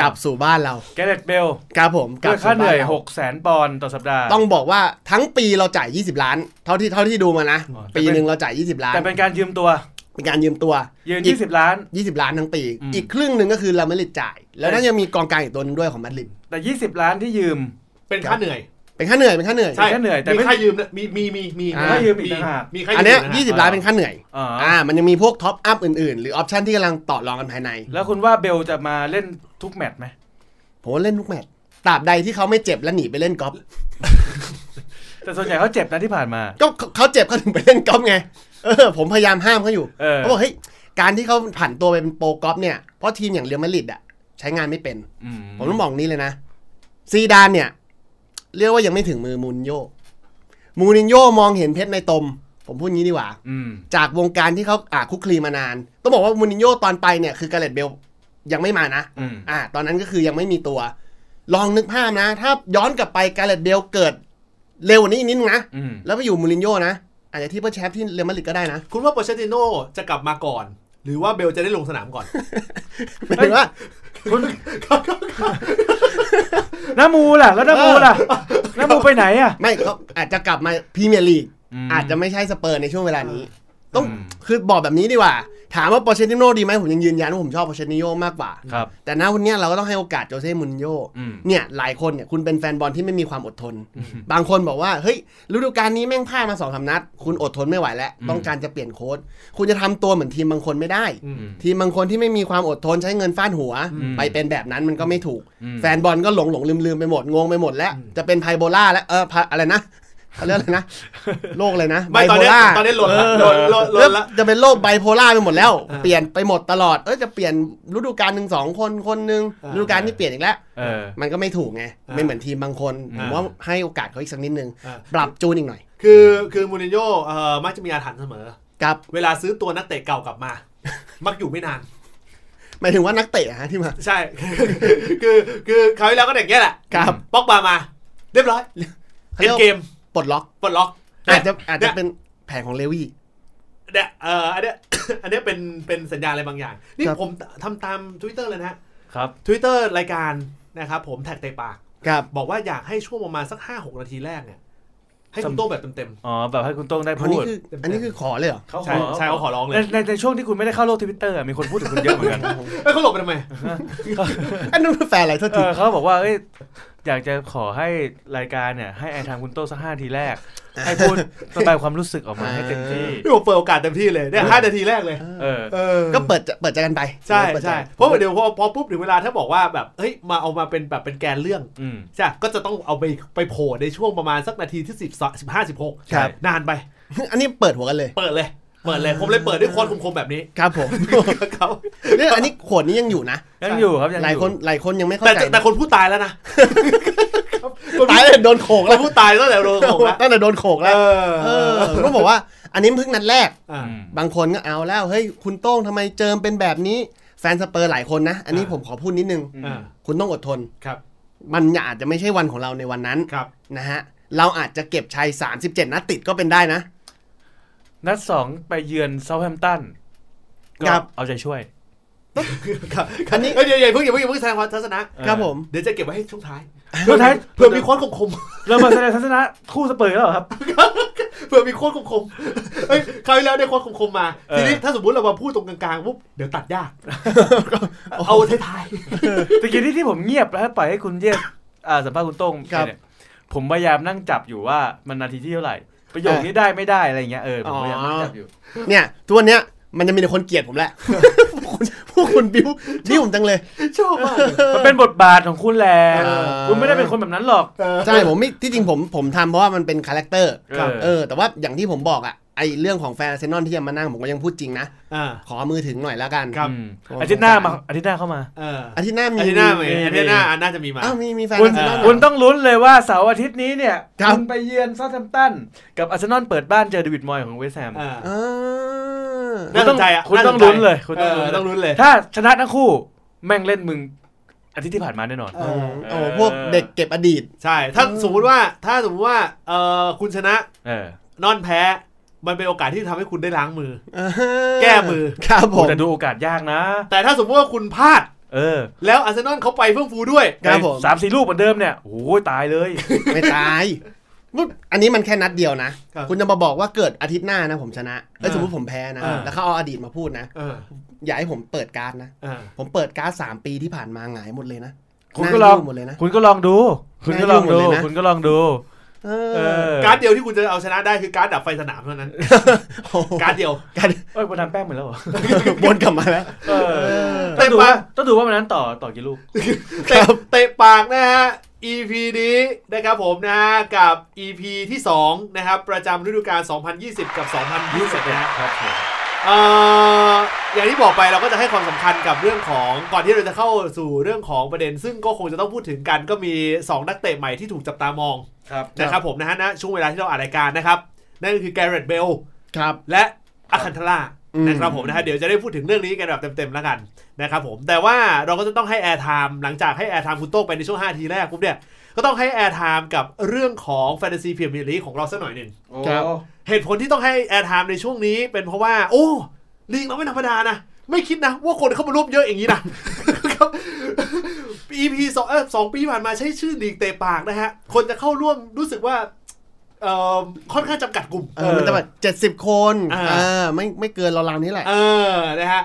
[SPEAKER 2] ก
[SPEAKER 3] ลับสู่บ้านเรา
[SPEAKER 2] แกเรตเบล
[SPEAKER 3] ครับผมกลั
[SPEAKER 2] ด้ว
[SPEAKER 3] บ
[SPEAKER 2] ยค่า
[SPEAKER 3] สู่
[SPEAKER 2] เห
[SPEAKER 3] บ้า
[SPEAKER 2] นื่อน ย
[SPEAKER 3] เรา
[SPEAKER 2] หกแสนปอนด์ต่อสัปดาห์
[SPEAKER 3] ต้องบอกว่าทั้งปีเราจ่าย 20 ล้าน เท่าที่เท่าที่ดูมานะ
[SPEAKER 2] อ๋อ
[SPEAKER 3] ปีหนึ่งเราจ่าย 20 ล้าน
[SPEAKER 2] แต่เป็นการยืมตัว
[SPEAKER 3] เป็นการยืมตัว
[SPEAKER 2] ยืน
[SPEAKER 3] อีก
[SPEAKER 2] ยี่สิบล้าน
[SPEAKER 3] 20 ล้านทั้งปี
[SPEAKER 2] อืม
[SPEAKER 3] อีกครึ่งหนึ่งก็คือเราไม่ริดจ่าย แล้วน่าจะมีกองกลางอีกตัวหนึงด้วยของมาดริด
[SPEAKER 2] แต่ยี่สิบล้านที่ยืม
[SPEAKER 1] เป็นค่าเหนื่อย
[SPEAKER 3] เป็นค่าเหนื่อยเป็นค่าเหนื่อย
[SPEAKER 1] ใช่
[SPEAKER 2] เป็นค่าเหนื่อยแต่
[SPEAKER 1] มี
[SPEAKER 2] ไม่
[SPEAKER 1] ค่ายืมนะมีมีมีมี
[SPEAKER 3] อ่า
[SPEAKER 2] ค่ายืมอีกต่างหาก
[SPEAKER 1] มีค่ายืม
[SPEAKER 3] อันเนี้ย
[SPEAKER 1] ะฮะ
[SPEAKER 3] 20 ล้านเป็นค่าเหนื่อย
[SPEAKER 2] อ๋ออ
[SPEAKER 3] อ่า มันยังมีพวกท็อปอัพอื่นๆ หรือออปชันที่กำลังต่อรองกันภายใน
[SPEAKER 2] แล้วคุณว่าเบลจะมาเล่นทุกแมตช์ไหม
[SPEAKER 3] ผมว่าเล่นทุกแมตช์ตราบใดที่เขาไม่เจ็บและหนีไปเล่นกอล์ฟ
[SPEAKER 2] แต่ส่วนใหญ่เขาเจ็บนะที่ผ่านมา
[SPEAKER 3] ก็เขาเขาเจ็บเขาถึงไปเล่นกอล์ฟไง เออ ผมพยายามห้ามเขาอยู่
[SPEAKER 2] เออ
[SPEAKER 3] เขาบอกเฮ้ย การที่เขาผันตัวไปเป็นโปรกอล์ฟเนี่ย เพราะทีมอย่างเรอัลมาดริดอ่ะใช้งานไม่เป็น
[SPEAKER 2] อื
[SPEAKER 3] ผมต้องบอกนี้เลยนะ ซีดานเนี่ย เรียกว่ายังไม่ถึงมือมูรินโญ่มูรินโญ่มองเห็นเพชรในตม ผมพูดงี้ดีกว่า
[SPEAKER 2] อืม
[SPEAKER 3] จากวงการที่เขาอ่าคุกคลีมานาน ต้องบอกว่ามูรินโญ่ตอนไปเนี่ยคือการ์เล็ตเบลยังไม่มานะ
[SPEAKER 2] อืม
[SPEAKER 3] อ่า ตอนนั้นก็คือยังไม่มีตัว ลองนึกภาพนะ ถ้าย้อนกลับไปการ์เล็ตเบลเกิดเร็วกว่านี้อีกนิดนึงนะ
[SPEAKER 2] อืม
[SPEAKER 3] แล้วไปอยู่มูรินโญ่นะ อาจจะที่เปอร์แชมป์ที่เรอัลมาดริดก็ได้นะ
[SPEAKER 1] คุณว่าโปเชติโน่จะกลับมาก่อน หรือว่าเบลจะได้ลงสนามก่อน
[SPEAKER 3] หมายถึงว่า
[SPEAKER 2] คุณ [laughs] น้ามูล่ะ แล้วน้ามูล่ะน้ามูไปไหนอ่ะ
[SPEAKER 3] ไม่เขาอาจจะกลับมาพรีเมียร์ลีก
[SPEAKER 2] อืม
[SPEAKER 3] อาจจะไม่ใช่สเปอร์ในช่วงเวลานี้ ต้อง
[SPEAKER 2] อืม
[SPEAKER 3] คือบอกแบบนี้ดีกว่า ถามว่าโปเชติโน่ดีไหมผมยังยืนยันว่าผมชอบโปเชติโน่มากกว่า
[SPEAKER 2] ครับ
[SPEAKER 3] แต่ณวันเนี้ยเราก็ต้องให้โอกาสโจเซ่มูรินโญ่
[SPEAKER 2] อืม
[SPEAKER 3] เนี่ยหลายคนเนี่ยคุณเป็นแฟนบอลที่ไม่มีความอดทน บางคนบอกว่า เฮ้ยฤดูกาลนี้แม่งพลาดมาสองสามนัด คุณอดทนไม่ไหวแล้ว
[SPEAKER 2] อืม
[SPEAKER 3] ต้องการจะเปลี่ยนโค้ชคุณจะทำตัวเหมือนทีมบางคนไม่ได้
[SPEAKER 2] อืม
[SPEAKER 3] ทีมบางคนที่ไม่มีความอดทนใช้เงินฟาดหัว
[SPEAKER 2] อืม
[SPEAKER 3] ไปเป็นแบบนั้นมันก็ไม่ถูก
[SPEAKER 2] อืม
[SPEAKER 3] แฟนบอลก็หลงหลงลืมลืมๆไปหมดงงไปหมดแล้วจะเป็นไพโบล่าแล้วเออพะอะไรนะเขาเรียกอะไร
[SPEAKER 1] [laughs]
[SPEAKER 3] นะโรคอะไรนะ
[SPEAKER 1] ไม่ตอนเนี้ย
[SPEAKER 3] โพล่า
[SPEAKER 1] ตอนเนี้ยหล่นละหล่นหล่นหล่
[SPEAKER 3] เริ่
[SPEAKER 1] น
[SPEAKER 3] ม
[SPEAKER 1] ละ
[SPEAKER 3] จะเป็นโรคไบโพล่าไปหมดแล้ว
[SPEAKER 1] เออ
[SPEAKER 3] เปลี่ยนไปหมดตลอดเออจะเปลี่ยนฤดูกาลหนึ่งสองคนคนหนึ่ง
[SPEAKER 1] เออ
[SPEAKER 3] ฤดูกาลนี้เปลี่ยนอีกแล้ว
[SPEAKER 2] เออ
[SPEAKER 3] มันก็ไม่ถูกไง
[SPEAKER 1] เออ
[SPEAKER 3] ไม่เหมือนทีมบางคน
[SPEAKER 1] เออ
[SPEAKER 3] ผมว่าให้โอกาสเขาอีกสักนิดนึง
[SPEAKER 1] อ่ะ
[SPEAKER 3] ปรับจูนอีกหน่อย
[SPEAKER 1] คือคือมูรินโญ่เอ่อมักจะมีอาถรรพ์เสมอ
[SPEAKER 3] ครับ
[SPEAKER 1] เวลาซื้อตัวนักเตะเก่ากลับมา [laughs] มักอยู่ไม่นาน
[SPEAKER 3] หมายถึงว่านักเตะอะฮะที่มา
[SPEAKER 1] ใช่ [laughs] คือคือคราวที่แล้วก็อย่างเงี้ยแหละ
[SPEAKER 3] ครับ
[SPEAKER 1] ป๊อกบามา เรียบร้อยเอ็
[SPEAKER 3] เขาเรีย
[SPEAKER 1] น
[SPEAKER 3] ก
[SPEAKER 1] เก
[SPEAKER 3] ว่าม ปลดล็อก
[SPEAKER 1] ปลดล็อก
[SPEAKER 3] อาจจะอาจจะเป็นแผนของเลวี่
[SPEAKER 1] เนี่ยเอ่ออันเนี้ย [coughs] อันเนี้ยเป็นเป็นสัญญาอะไรบางอย่าง นี่
[SPEAKER 3] ครับ
[SPEAKER 1] ผมทำตาม Twitter เลยนะฮะ
[SPEAKER 2] ครับ
[SPEAKER 1] Twitter รายการนะครับผมแท็กเตะปาก
[SPEAKER 3] ครับ
[SPEAKER 1] บอกว่าอยากให้ช่วงประมาณสักห้าหกนาทีแรกเนี่ยให้คุณโต้แบบเต็ม
[SPEAKER 2] อ๋อ แบบให้คุณโต้งได้
[SPEAKER 3] อัน
[SPEAKER 2] พู
[SPEAKER 3] นี้
[SPEAKER 2] ด
[SPEAKER 3] คืออันนี้คือขอเลยเหรอ
[SPEAKER 2] เขา
[SPEAKER 1] ๆ
[SPEAKER 2] ข
[SPEAKER 1] ใช่
[SPEAKER 2] อ
[SPEAKER 1] ใช่เขาขอร้องเลย
[SPEAKER 2] ในในในช่วงที่คุณไม่ได้เข้าโลกทวิตเตอร์มีคนพูดถึ
[SPEAKER 3] [laughs]
[SPEAKER 2] งคุณเยอะเหมือนกัน
[SPEAKER 1] เอ้ยเขาหลบไปทำไม
[SPEAKER 3] อันนั้นเป็นแฟนอะไรโทษ
[SPEAKER 2] เอ
[SPEAKER 3] ที
[SPEAKER 2] อเขาบอกว่าเอ้ย อยากจะขอให้รายการเนี่ย ให้ไอทางคุณโต้สักห้าทีแรก ให้พูดระบายความรู้สึกอ
[SPEAKER 3] [laughs]
[SPEAKER 2] อกมาให้เต็มที่
[SPEAKER 1] พี่ผมเปิดโอกาสเต็มที่เลยเนี่ยห้านาทีแรกเลย
[SPEAKER 2] เออ
[SPEAKER 1] เออ
[SPEAKER 3] ก็เปิดจะเปิดใจกันไป
[SPEAKER 1] ใช่
[SPEAKER 3] เปิดจ
[SPEAKER 1] ใช่
[SPEAKER 3] กัน
[SPEAKER 1] เพราะว่าเดี๋ยวพอพอปุ๊บถึงเวลาถ้าบอกว่าแบบเฮ้ยมาเอามาเป็นแบบเป็นแกนเรื่อง
[SPEAKER 2] อืม
[SPEAKER 1] ใช่ก็จะต้องเอาไปไปโผล่ในช่วงประมาณสักนาทีที่สิบสิบห้าสิบหก
[SPEAKER 2] ครับ
[SPEAKER 1] นานไป
[SPEAKER 3] อันนี้เปิดหัวกันเลย
[SPEAKER 1] เปิดเลย เปิดเลยผมเลยเปิดด้วยโคนคมๆแบบนี้
[SPEAKER 3] ครับ
[SPEAKER 1] [laughs]
[SPEAKER 3] ผม
[SPEAKER 1] เขา
[SPEAKER 3] เนี่ยอันนี้ขวดนี้ยังอยู่นะ
[SPEAKER 2] ยังอยู่ครับยังอ
[SPEAKER 3] หลายคนหลายคนยังไม่
[SPEAKER 1] [laughs]
[SPEAKER 3] เข้า
[SPEAKER 1] แต่
[SPEAKER 3] ใจ
[SPEAKER 1] แต่แต่คนผู้ตายแล้วนะ
[SPEAKER 3] ตายเลยโดนโขก
[SPEAKER 1] ค
[SPEAKER 3] แล้
[SPEAKER 1] น
[SPEAKER 3] ว
[SPEAKER 1] ผู้ตายตั้งแต่โดนของละ
[SPEAKER 3] ตั้งแต่โดนโขก
[SPEAKER 1] เอ
[SPEAKER 3] แล้ว
[SPEAKER 1] อ
[SPEAKER 3] เออก็บอกว่า อันนี้เพิ่งนัดแรก
[SPEAKER 1] อ่ะ
[SPEAKER 2] อืม
[SPEAKER 3] บางคนก็เอาแล้วเฮ้ยคุณโต้งทำไมเจิมเป็นแบบนี้แฟนสเปอร์หลายคนนะ อันนี้
[SPEAKER 1] อ่า
[SPEAKER 3] ผมขอพูดนิดนึง
[SPEAKER 2] อืม
[SPEAKER 1] อ่ะ
[SPEAKER 3] คุณต้องอดทน
[SPEAKER 1] ครับ
[SPEAKER 3] มันอาจจะไม่ใช่วันของเราในวันนั้น
[SPEAKER 1] ครับ
[SPEAKER 3] นะฮะเราอาจจะเก็บชัย 37 นัดติดก็เป็นได้นะ
[SPEAKER 2] นัดสองไปเยือนเซาท์แฮมป์ตันก็
[SPEAKER 3] ครับ
[SPEAKER 2] เอาใจช่วย
[SPEAKER 1] ครับ
[SPEAKER 3] อันนี้
[SPEAKER 1] เอ้ยเดี๋ยวๆเพิ่งอย่าเพิ่งอย่าเพิ่งแสดงความทัศนะครับ
[SPEAKER 3] ผม
[SPEAKER 1] เดี๋ยวจะเก็บไว้ให้ช่วงท้าย
[SPEAKER 2] สุดท้าย
[SPEAKER 1] เผื่อมีโคนคมๆ
[SPEAKER 2] เรามาแสดงทัศนะคู่สเปอร์แล้วเหรอครับ
[SPEAKER 1] เผื่อมีโคตรคมๆเอ้ยคราวที่แล้วได้โคตรคมๆมา
[SPEAKER 2] เออ
[SPEAKER 1] ทีนี้ถ้าสมมติเรามาพูดตรงกลางๆปุ๊บเดี๋ยวตัดยาก เอาท้าย
[SPEAKER 2] ตะกี้ที่ที่ผมเงียบแล้วปล่อยให้คุณเยียบอ่าสัมภาษณ์คุณโต้ง
[SPEAKER 3] ครับ
[SPEAKER 2] เนี่ยผมพยายามนั่งจับอยู่ว่ามันนาทีที่เท่าไหร่ ประโยคนี้ได้ไม่ได้อะไรเงี้ยเออผมพยายามนั่งจับอยู่
[SPEAKER 3] เนี่ยทุกวันเนี้ยมันจะมีแต่คนเกลียดผมแหละ [laughs] พวกคุณพวกคุณบิ้วบิ้วผมจังเลย
[SPEAKER 1] ๆชอบมากเลย
[SPEAKER 2] มันเป็นบทบาทของคุณแหละ
[SPEAKER 3] เออ
[SPEAKER 2] คุณไม่ได้เป็นคนแบบนั้นหรอก
[SPEAKER 3] ใช่ผมไม่ที่จริงผมผมทำเพราะว่ามันเป็นคาแรคเตอร์
[SPEAKER 2] ครับ
[SPEAKER 3] เออแต่ว่าอย่างที่ผมบอกอะไอเรื่องของแฟนอาร์เซนอลที่จะมานั่งผมก็ยังพูดจริงนะ
[SPEAKER 1] อ่า
[SPEAKER 3] ขอมือถึงหน่อยแล้วกัน
[SPEAKER 1] ครับ
[SPEAKER 2] อืม
[SPEAKER 3] ผม
[SPEAKER 2] อาทิตย์หน้ามา
[SPEAKER 3] สงสาร
[SPEAKER 2] อาทิตย์หน้าเข้ามา
[SPEAKER 1] เออ
[SPEAKER 3] อาทิตย์หน้ามี
[SPEAKER 1] อาทิตย์หน้าไหม
[SPEAKER 3] มี
[SPEAKER 1] อาทิตย์หน้าน่าจะมีมา
[SPEAKER 3] อ้าวมีมีแฟน
[SPEAKER 2] คุณ
[SPEAKER 3] อาร์เซนอลเหรอ
[SPEAKER 2] คุณต้องลุ้นเลยว่าเสาร์อาทิตย์นี้เนี่ย
[SPEAKER 3] ครับ
[SPEAKER 2] คุณไปเยือนเซาท์แฮมป์ตันกับอาร์เซนอลเปิดบ้านเจอเดวิดมอยของเวสต์แฮม
[SPEAKER 1] อ่า
[SPEAKER 3] อ่า
[SPEAKER 1] น่าสนใจอ่ะ
[SPEAKER 2] คุณต้อง
[SPEAKER 1] าสใจ
[SPEAKER 2] ลุ้นเลยคุณ
[SPEAKER 1] เอ
[SPEAKER 2] ต้อ
[SPEAKER 1] อ
[SPEAKER 2] งลุ้น
[SPEAKER 1] ต้องลุ้นเลย
[SPEAKER 2] ถ้าชนะทั้งคู่ แม่งเล่นมึงอาทิตย์ที่ผ่านมาแน่นอน
[SPEAKER 1] เออ
[SPEAKER 3] โอ้โหพวกเด็กเก็บอดีต [laughs]
[SPEAKER 1] ใช่ ถ้าสมมติว่า ถ้าสมมติว่า เออคุณชนะ
[SPEAKER 2] เออน
[SPEAKER 1] อนแพ้ มันเป็นโอกาสที่ทำให้คุณได้ล้างมือ แก้มือ
[SPEAKER 3] ครับผม
[SPEAKER 2] แต่ดูโอกาสยากนะ
[SPEAKER 1] แต่ถ้าสมมติว่าคุณพลาด
[SPEAKER 2] เออ
[SPEAKER 1] แล้วอาร์เซนอลเขาไปเฟื่องฟูด้วย
[SPEAKER 3] ครับผม
[SPEAKER 2] สามสี่ลูกเหมือนเดิมเนี่ยโอ้ยตายเลย
[SPEAKER 3] [laughs] ไม่ตาย อันนี้มันแค่นัดเดียวนะ
[SPEAKER 1] ครับ
[SPEAKER 3] คุณจะมาบอกว่าเกิดอาทิตย์หน้านะผมชนะเอ้ย
[SPEAKER 1] อ่า
[SPEAKER 3] สมมติผมแพ้นะ
[SPEAKER 1] อ่า
[SPEAKER 3] แล้วเขาเอาอดีตมาพูดนะ
[SPEAKER 1] เออ
[SPEAKER 3] อย่าให้ผมเปิดการ์ดนะ
[SPEAKER 1] เออ
[SPEAKER 3] ผมเปิดการ์ดสามปีที่ผ่านมาหงายหมดเลยนะ
[SPEAKER 2] คุณ
[SPEAKER 3] นั่
[SPEAKER 2] ก็ลอง
[SPEAKER 3] ยู่หมดเลยนะ
[SPEAKER 2] คุณก็ลองดู คุณก็ลองดู
[SPEAKER 3] น่ายุ่งหมดเลยนะ
[SPEAKER 2] คุณก็ลองดู
[SPEAKER 3] เอ
[SPEAKER 2] เอ
[SPEAKER 3] อ
[SPEAKER 2] อ
[SPEAKER 1] การ์ดเดียวที่คุณจะเอาชนะได้คือการ์ดดับไฟสนามเท่านั้น
[SPEAKER 3] โอ้โห
[SPEAKER 1] การ์ดเดียว
[SPEAKER 3] การ
[SPEAKER 2] เอ้ยบนทำแป้งเหมือนแล้วเหรอ
[SPEAKER 3] [laughs] วนกลับมาแล้ว
[SPEAKER 2] เออ
[SPEAKER 3] เออ
[SPEAKER 2] ต้องดูว่า
[SPEAKER 1] เตะปะ
[SPEAKER 2] ต้องดูว่าวันนั้นต่อต่อกี่ลูก
[SPEAKER 1] เตะเตะปากนะฮะ EP นี้นะครับผมนะฮะกับ EP ที่ 2 นะครับ ประจำฤดูกาล 2020 กับ 2021นะฮะ
[SPEAKER 2] ครับผม
[SPEAKER 1] เอ่ออย่างที่บอกไปเราก็จะให้ความสำคัญกับเรื่องของก่อนที่เราจะเข้าสู่เรื่องของประเด็น ซึ่งก็คงจะต้องพูดถึงกันก็มี 2 นักเตะใหม่ที่ถูกจับตามอง
[SPEAKER 2] ครับ
[SPEAKER 1] นะครับผมนะฮะณช่วงเวลาที่เราอ่านรายการนะครับ นั่นก็คือแกเรตเบล
[SPEAKER 3] ครับ
[SPEAKER 1] และอาคันธล่า
[SPEAKER 3] อืม
[SPEAKER 1] นะครับผมนะฮะเดี๋ยวจะได้พูดถึงเรื่องนี้กันแบบเต็มๆแล้วกันนะครับผมแต่ว่าเราก็จะต้องให้แอร์ไทม์หลังจากให้แอร์ไทม์คุณโต้งไปในช่วง 5 ทีแรกปุ๊บเนี่ย ก็ต้องให้แอร์ไทม์กับเรื่องของแฟนตาซีเพียร์มีลีของเราสักหน่อยหนึ่ง
[SPEAKER 3] ครับ
[SPEAKER 1] เหตุผลที่ต้องให้แอร์ไทม์ในช่วงนี้เป็นเพราะว่า โอ้ลีกเราไม่ธรรมดานะ ไม่คิดนะว่าคนเข้ามาร่วมเยอะอย่างนี้นะ [laughs] ครับ EP สองเออสองปีผ่านมาใช้ชื่อลีกเตะปากนะฮะคนจะเข้าร่วมรู้สึกว่าเอ่อค่อนข้างจำกัดกลุ่ม
[SPEAKER 3] เออมันจะแบบเจ็ดสิบ70 คน
[SPEAKER 1] อ่า
[SPEAKER 3] เออไม่ไม่เกินราวๆนี้แหละ
[SPEAKER 1] เออ นะฮะ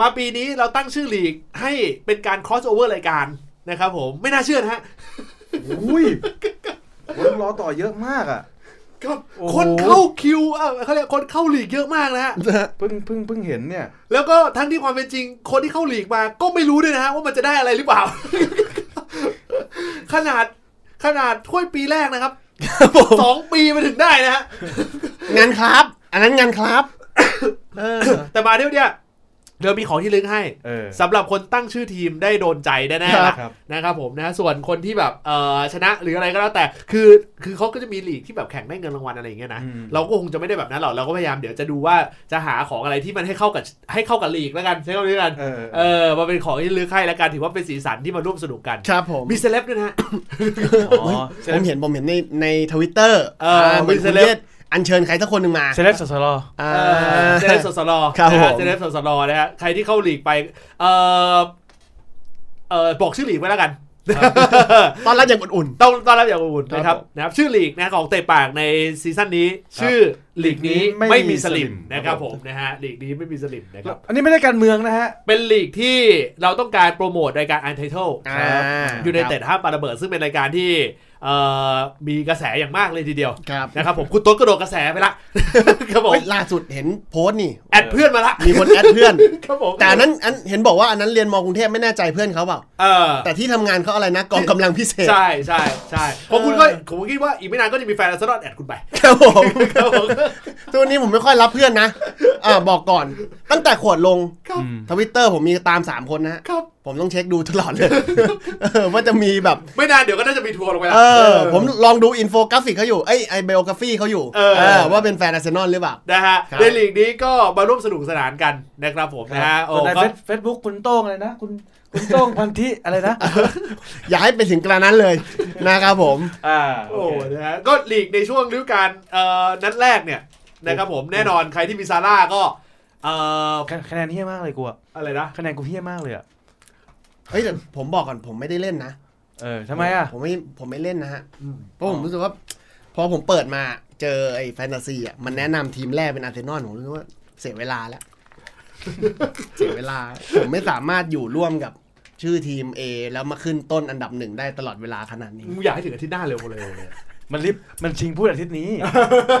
[SPEAKER 1] มาปีนี้เราตั้งชื่อลีกให้เป็นการ cross over รายการนะครับผม ไม่น่าเชื่อนะฮะ
[SPEAKER 5] อุ้ยต้องรอต่อเยอะมากอ่ะ
[SPEAKER 1] ครับ
[SPEAKER 2] โอ้โห
[SPEAKER 1] คนเข้าคิวเอ่อเขาเรียกคนเข้าลีกเยอะมากนะฮะ
[SPEAKER 5] เพิ่งเพิ่งเพิ่งเห็นเนี่ย
[SPEAKER 1] แล้วก็ทั้งที่ความเป็นจริง คนที่เข้าลีกมา ก็ไม่รู้ด้วยนะฮะว่ามันจะได้อะไรหรือเปล่า [laughs] ขนาดขนาดถ้วยปีแรกนะครับสองปีมาถึงได้นะฮะ
[SPEAKER 3] งานครับ อันนั้นงานครับเออ
[SPEAKER 1] แต่มาเที่ยวเนี้ยเดี๋ยวมีของที่ลึกให้
[SPEAKER 2] เออ
[SPEAKER 1] สำหรับคนตั้งชื่อทีมได้โดนใจแน่ๆละ
[SPEAKER 2] ครับ
[SPEAKER 1] นะครับผมนะส่วนคนที่แบบเอ่อชนะหรืออะไรก็แล้วแต่ คือคือเขาก็จะมีลีกที่แบบแข่งได้เงินรางวัลอะไรอย่างเงี้ยนะ
[SPEAKER 2] อืม
[SPEAKER 1] เราก็คงจะไม่ได้แบบนั้นหรอกเราก็พยายามเดี๋ยวจะดูว่าจะหาของอะไรที่มันให้เข้ากับให้เข้ากับลีกแล้วกันใช้คำนี้แล้วกัน
[SPEAKER 5] เออ
[SPEAKER 1] เออมาเป็นของที่ลึกให้แล้วกันถือว่าเป็นสีสันที่มาร่วมสนุกกัน
[SPEAKER 3] ครับผม
[SPEAKER 1] มีเซเลบด้วยนะฮะ
[SPEAKER 2] อ๋อเซ
[SPEAKER 3] ผ
[SPEAKER 2] เล
[SPEAKER 3] ม
[SPEAKER 2] บ
[SPEAKER 3] เห็นผมเห็นในในทวิตเตอร์
[SPEAKER 1] เออ
[SPEAKER 3] เหมือน
[SPEAKER 1] มีเซ
[SPEAKER 3] คุณ
[SPEAKER 1] เลบ
[SPEAKER 3] เยศอัญเชิญใครสักคนหนึ่งมา
[SPEAKER 2] เซเลบสสลอ
[SPEAKER 3] อ่า
[SPEAKER 1] เออเซเลบสสลอ
[SPEAKER 3] ครับ
[SPEAKER 1] นะ
[SPEAKER 3] ผ
[SPEAKER 1] ฮะ
[SPEAKER 3] ม
[SPEAKER 1] เซเลบสสลอนะฮะใครที่เข้าลีกไปเออเออบอกชื่อลีกไว้แล้วกัน
[SPEAKER 3] ตอนรับอย่างอุ่น
[SPEAKER 1] ต้องต้อนรับอย่างอบอุ่นนะค
[SPEAKER 3] ครั
[SPEAKER 1] รับบ นะครับ ชื่อลีกนะของเตะปากในซีซั่นนี้ ชื่อลีกนี้
[SPEAKER 5] ไม่มี
[SPEAKER 1] ไม่มีส
[SPEAKER 5] สลิ
[SPEAKER 1] ลิม
[SPEAKER 5] ม
[SPEAKER 1] นะครับผมนะฮะลีกนี้ไม่มีสลิมนะครับ
[SPEAKER 5] อันนี้ไม่ได้การเมืองนะฮะ
[SPEAKER 1] เป็นลีกที่เราต้องการโปรโมทรายการ Untitled
[SPEAKER 3] ๆอ่า
[SPEAKER 1] อยู่ในเต็ดห้ามปาระเบิดซึ่งเป็นรายการที่เอ่อมีกระแสอย่างมากเลยทีเดียว
[SPEAKER 3] ครับ
[SPEAKER 1] นะครับผมคุณต้นกระโดดกระแสไปละ [laughs] ครับผม
[SPEAKER 3] เฮ้ยล่าสุดเห็นโพสต์นี่
[SPEAKER 1] แอดเพื่อนมาละ
[SPEAKER 3] มีคนแอดเพื่อน
[SPEAKER 1] ครับผม
[SPEAKER 3] แต่อันนั้นอันเห็นบอกว่าอันนั้นเรียนมอกรุงเทพไม่แน่ใจเพื่อนเขาเปล่า
[SPEAKER 1] เออ
[SPEAKER 3] แต่ที่ทำงานเขาอะไรนะกองกำลังพิเศษ
[SPEAKER 1] ใช่ใช่ใช่ผมคุณก็ผมคิดว่าอีกไม่นานก็จะมีแฟนอาร์เซนอลแอดคุณไป
[SPEAKER 3] ครับผมทุกวันนี้ผมไม่ค่อยรับเพื่อนนะอ่าบอกก่อน ตั้งแต่ขวดลง
[SPEAKER 1] ครับ
[SPEAKER 3] ทวิตเตอร์ผมมีตาม 3 คนนะฮะ
[SPEAKER 1] ครับ
[SPEAKER 3] ผมต้องเช็คดูตลอดเลย
[SPEAKER 1] [laughs]
[SPEAKER 3] เออว่าจะมีแบบ
[SPEAKER 1] ไม่นานเดี๋ยวก็น่าจะมีทัวร์ลงไปละ
[SPEAKER 3] เออ ผม
[SPEAKER 1] เออ
[SPEAKER 3] ลองดูอินโฟกราฟิกเขาอยู่ไอยไอเบโอกราฟีเขาอยู่
[SPEAKER 1] เออ
[SPEAKER 3] เออว่าเป็นแฟนอาร์เซนอลหรือเปล่า
[SPEAKER 1] นะฮะ
[SPEAKER 3] ครับ
[SPEAKER 1] ในลีกนี้ก็มาร่วมสนุกสนานกันนะครับผมนะฮะโอ้
[SPEAKER 2] ส่วนใน
[SPEAKER 1] ก็
[SPEAKER 2] เฟซบุ๊กคุณโต้งอะไรนะ คุณคุณโต้งพันธิอะไรนะ
[SPEAKER 3] อย่าให้ไปถึงกระนั้นเลย นะครับผม
[SPEAKER 2] อ่า
[SPEAKER 1] โอ้นะฮะก็ลีกในช่วงฤดูกาลเอ่อนัดแรกเนี่ยนะครับผมแน่นอนใครที่มีซาร่าก็เอ่อ
[SPEAKER 2] คะแนนเฮี้ยมากเลยกูอะ
[SPEAKER 1] อะไรนะ
[SPEAKER 2] คะแนนกูเฮี้ยมากเลยอะ
[SPEAKER 3] เฮ้ยแต่ผมบอกก่อนผมไม่ได้เล่นนะ
[SPEAKER 2] เออทำไมอะ
[SPEAKER 3] ผมไม่ผมไม่เล่นนะฮะเพราะผมรู้สึกว่า พอผมเปิดมาเจอไอ้แฟนตาซีอ่ะมันแนะนำทีมแรกเป็นอาร์เซนอลผมรู้สึกว่าเสียเวลาแล้ว
[SPEAKER 2] [laughs]
[SPEAKER 3] เสียเวลา ผมไม่สามารถอยู่ร่วมกับชื่อทีม A แล้วมาขึ้นต้นอันดับหนึ่งได้ตลอดเวลาขนาดนี้
[SPEAKER 1] อยากให้ถึงอาทิตย์หน้าเร็วเลย
[SPEAKER 2] มันลิฟมันชิงพูดอาทิต [laughs] ย์นี้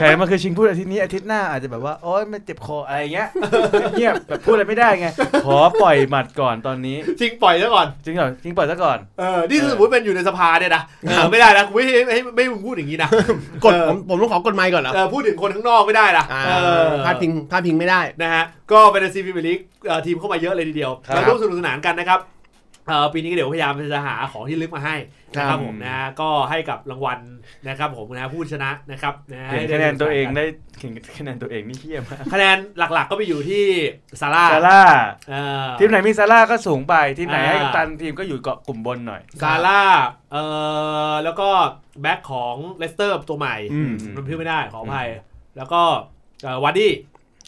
[SPEAKER 2] แผนมันคือชิงพูดอาทิตย์นี้อาทิตย์หน้าอาจจะแบบว่าโอ๊ยมันเจ็บคออะไรเงี้ย [laughs] เงียบแบบพูดอะไรไม่ได้ไง [laughs] ขอปล่อยหมัดก่อนตอนนี้
[SPEAKER 1] [laughs] จริงปล่อยซะก่อน
[SPEAKER 2] จริงเหรอจริงปล่อยซะก่อน
[SPEAKER 1] เออ นี่ถ้า
[SPEAKER 2] เออ
[SPEAKER 1] สมมติเป็นอยู่ในสภาเนี่ยนะเออไม่ได้นะกูไม่ให้ไม่ให้ไม่ให้มึงพูดอย่าง [laughs] นี้นะ
[SPEAKER 3] กด
[SPEAKER 1] เออ
[SPEAKER 3] ผมผมต้องขอกดไมค์ก่อนเหรอ
[SPEAKER 1] เออพูดถึงคนข้างนอกไม่ได้นะ
[SPEAKER 3] อ่า
[SPEAKER 1] เออ
[SPEAKER 3] พลาดพิงพลาดพิงไม่ได้
[SPEAKER 1] นะฮะ ก็เป็นซีพีลีกทีมเข้ามาเยอะเลยทีเดียว
[SPEAKER 3] ครับ
[SPEAKER 1] มาร่วมสนุกสนานกันนะครับเอ่อปีนี้เดี๋ยวพยายามจะหาของที่ลึกมาให้นะครับผมนะฮะก็ให้กับรางวัลนะครับผมนะฮะผู้ชนะนะครับนะฮะ
[SPEAKER 2] เห็นคะแนนตัวเองได้เห็นคะแนนตัวเองนี่เฮี้ยมาก
[SPEAKER 1] คะแนนหลักๆก็ไปอยู่ที่ซาร่า
[SPEAKER 2] ซาร่า
[SPEAKER 1] เออ
[SPEAKER 2] ทีมไหนมีซาร่าก็สูงไปทีมไหนให้
[SPEAKER 1] อ่า
[SPEAKER 2] กัปตันทีมก็อยู่เกาะกลุ่มบนหน่อย
[SPEAKER 1] ซาร่าเออแล้วก็แบ็คของเลสเตอร์ตัวใหม่
[SPEAKER 2] อืม
[SPEAKER 1] มันชื่อไม่ได้ขออภัย แล้วก็เอ่อวัดดี้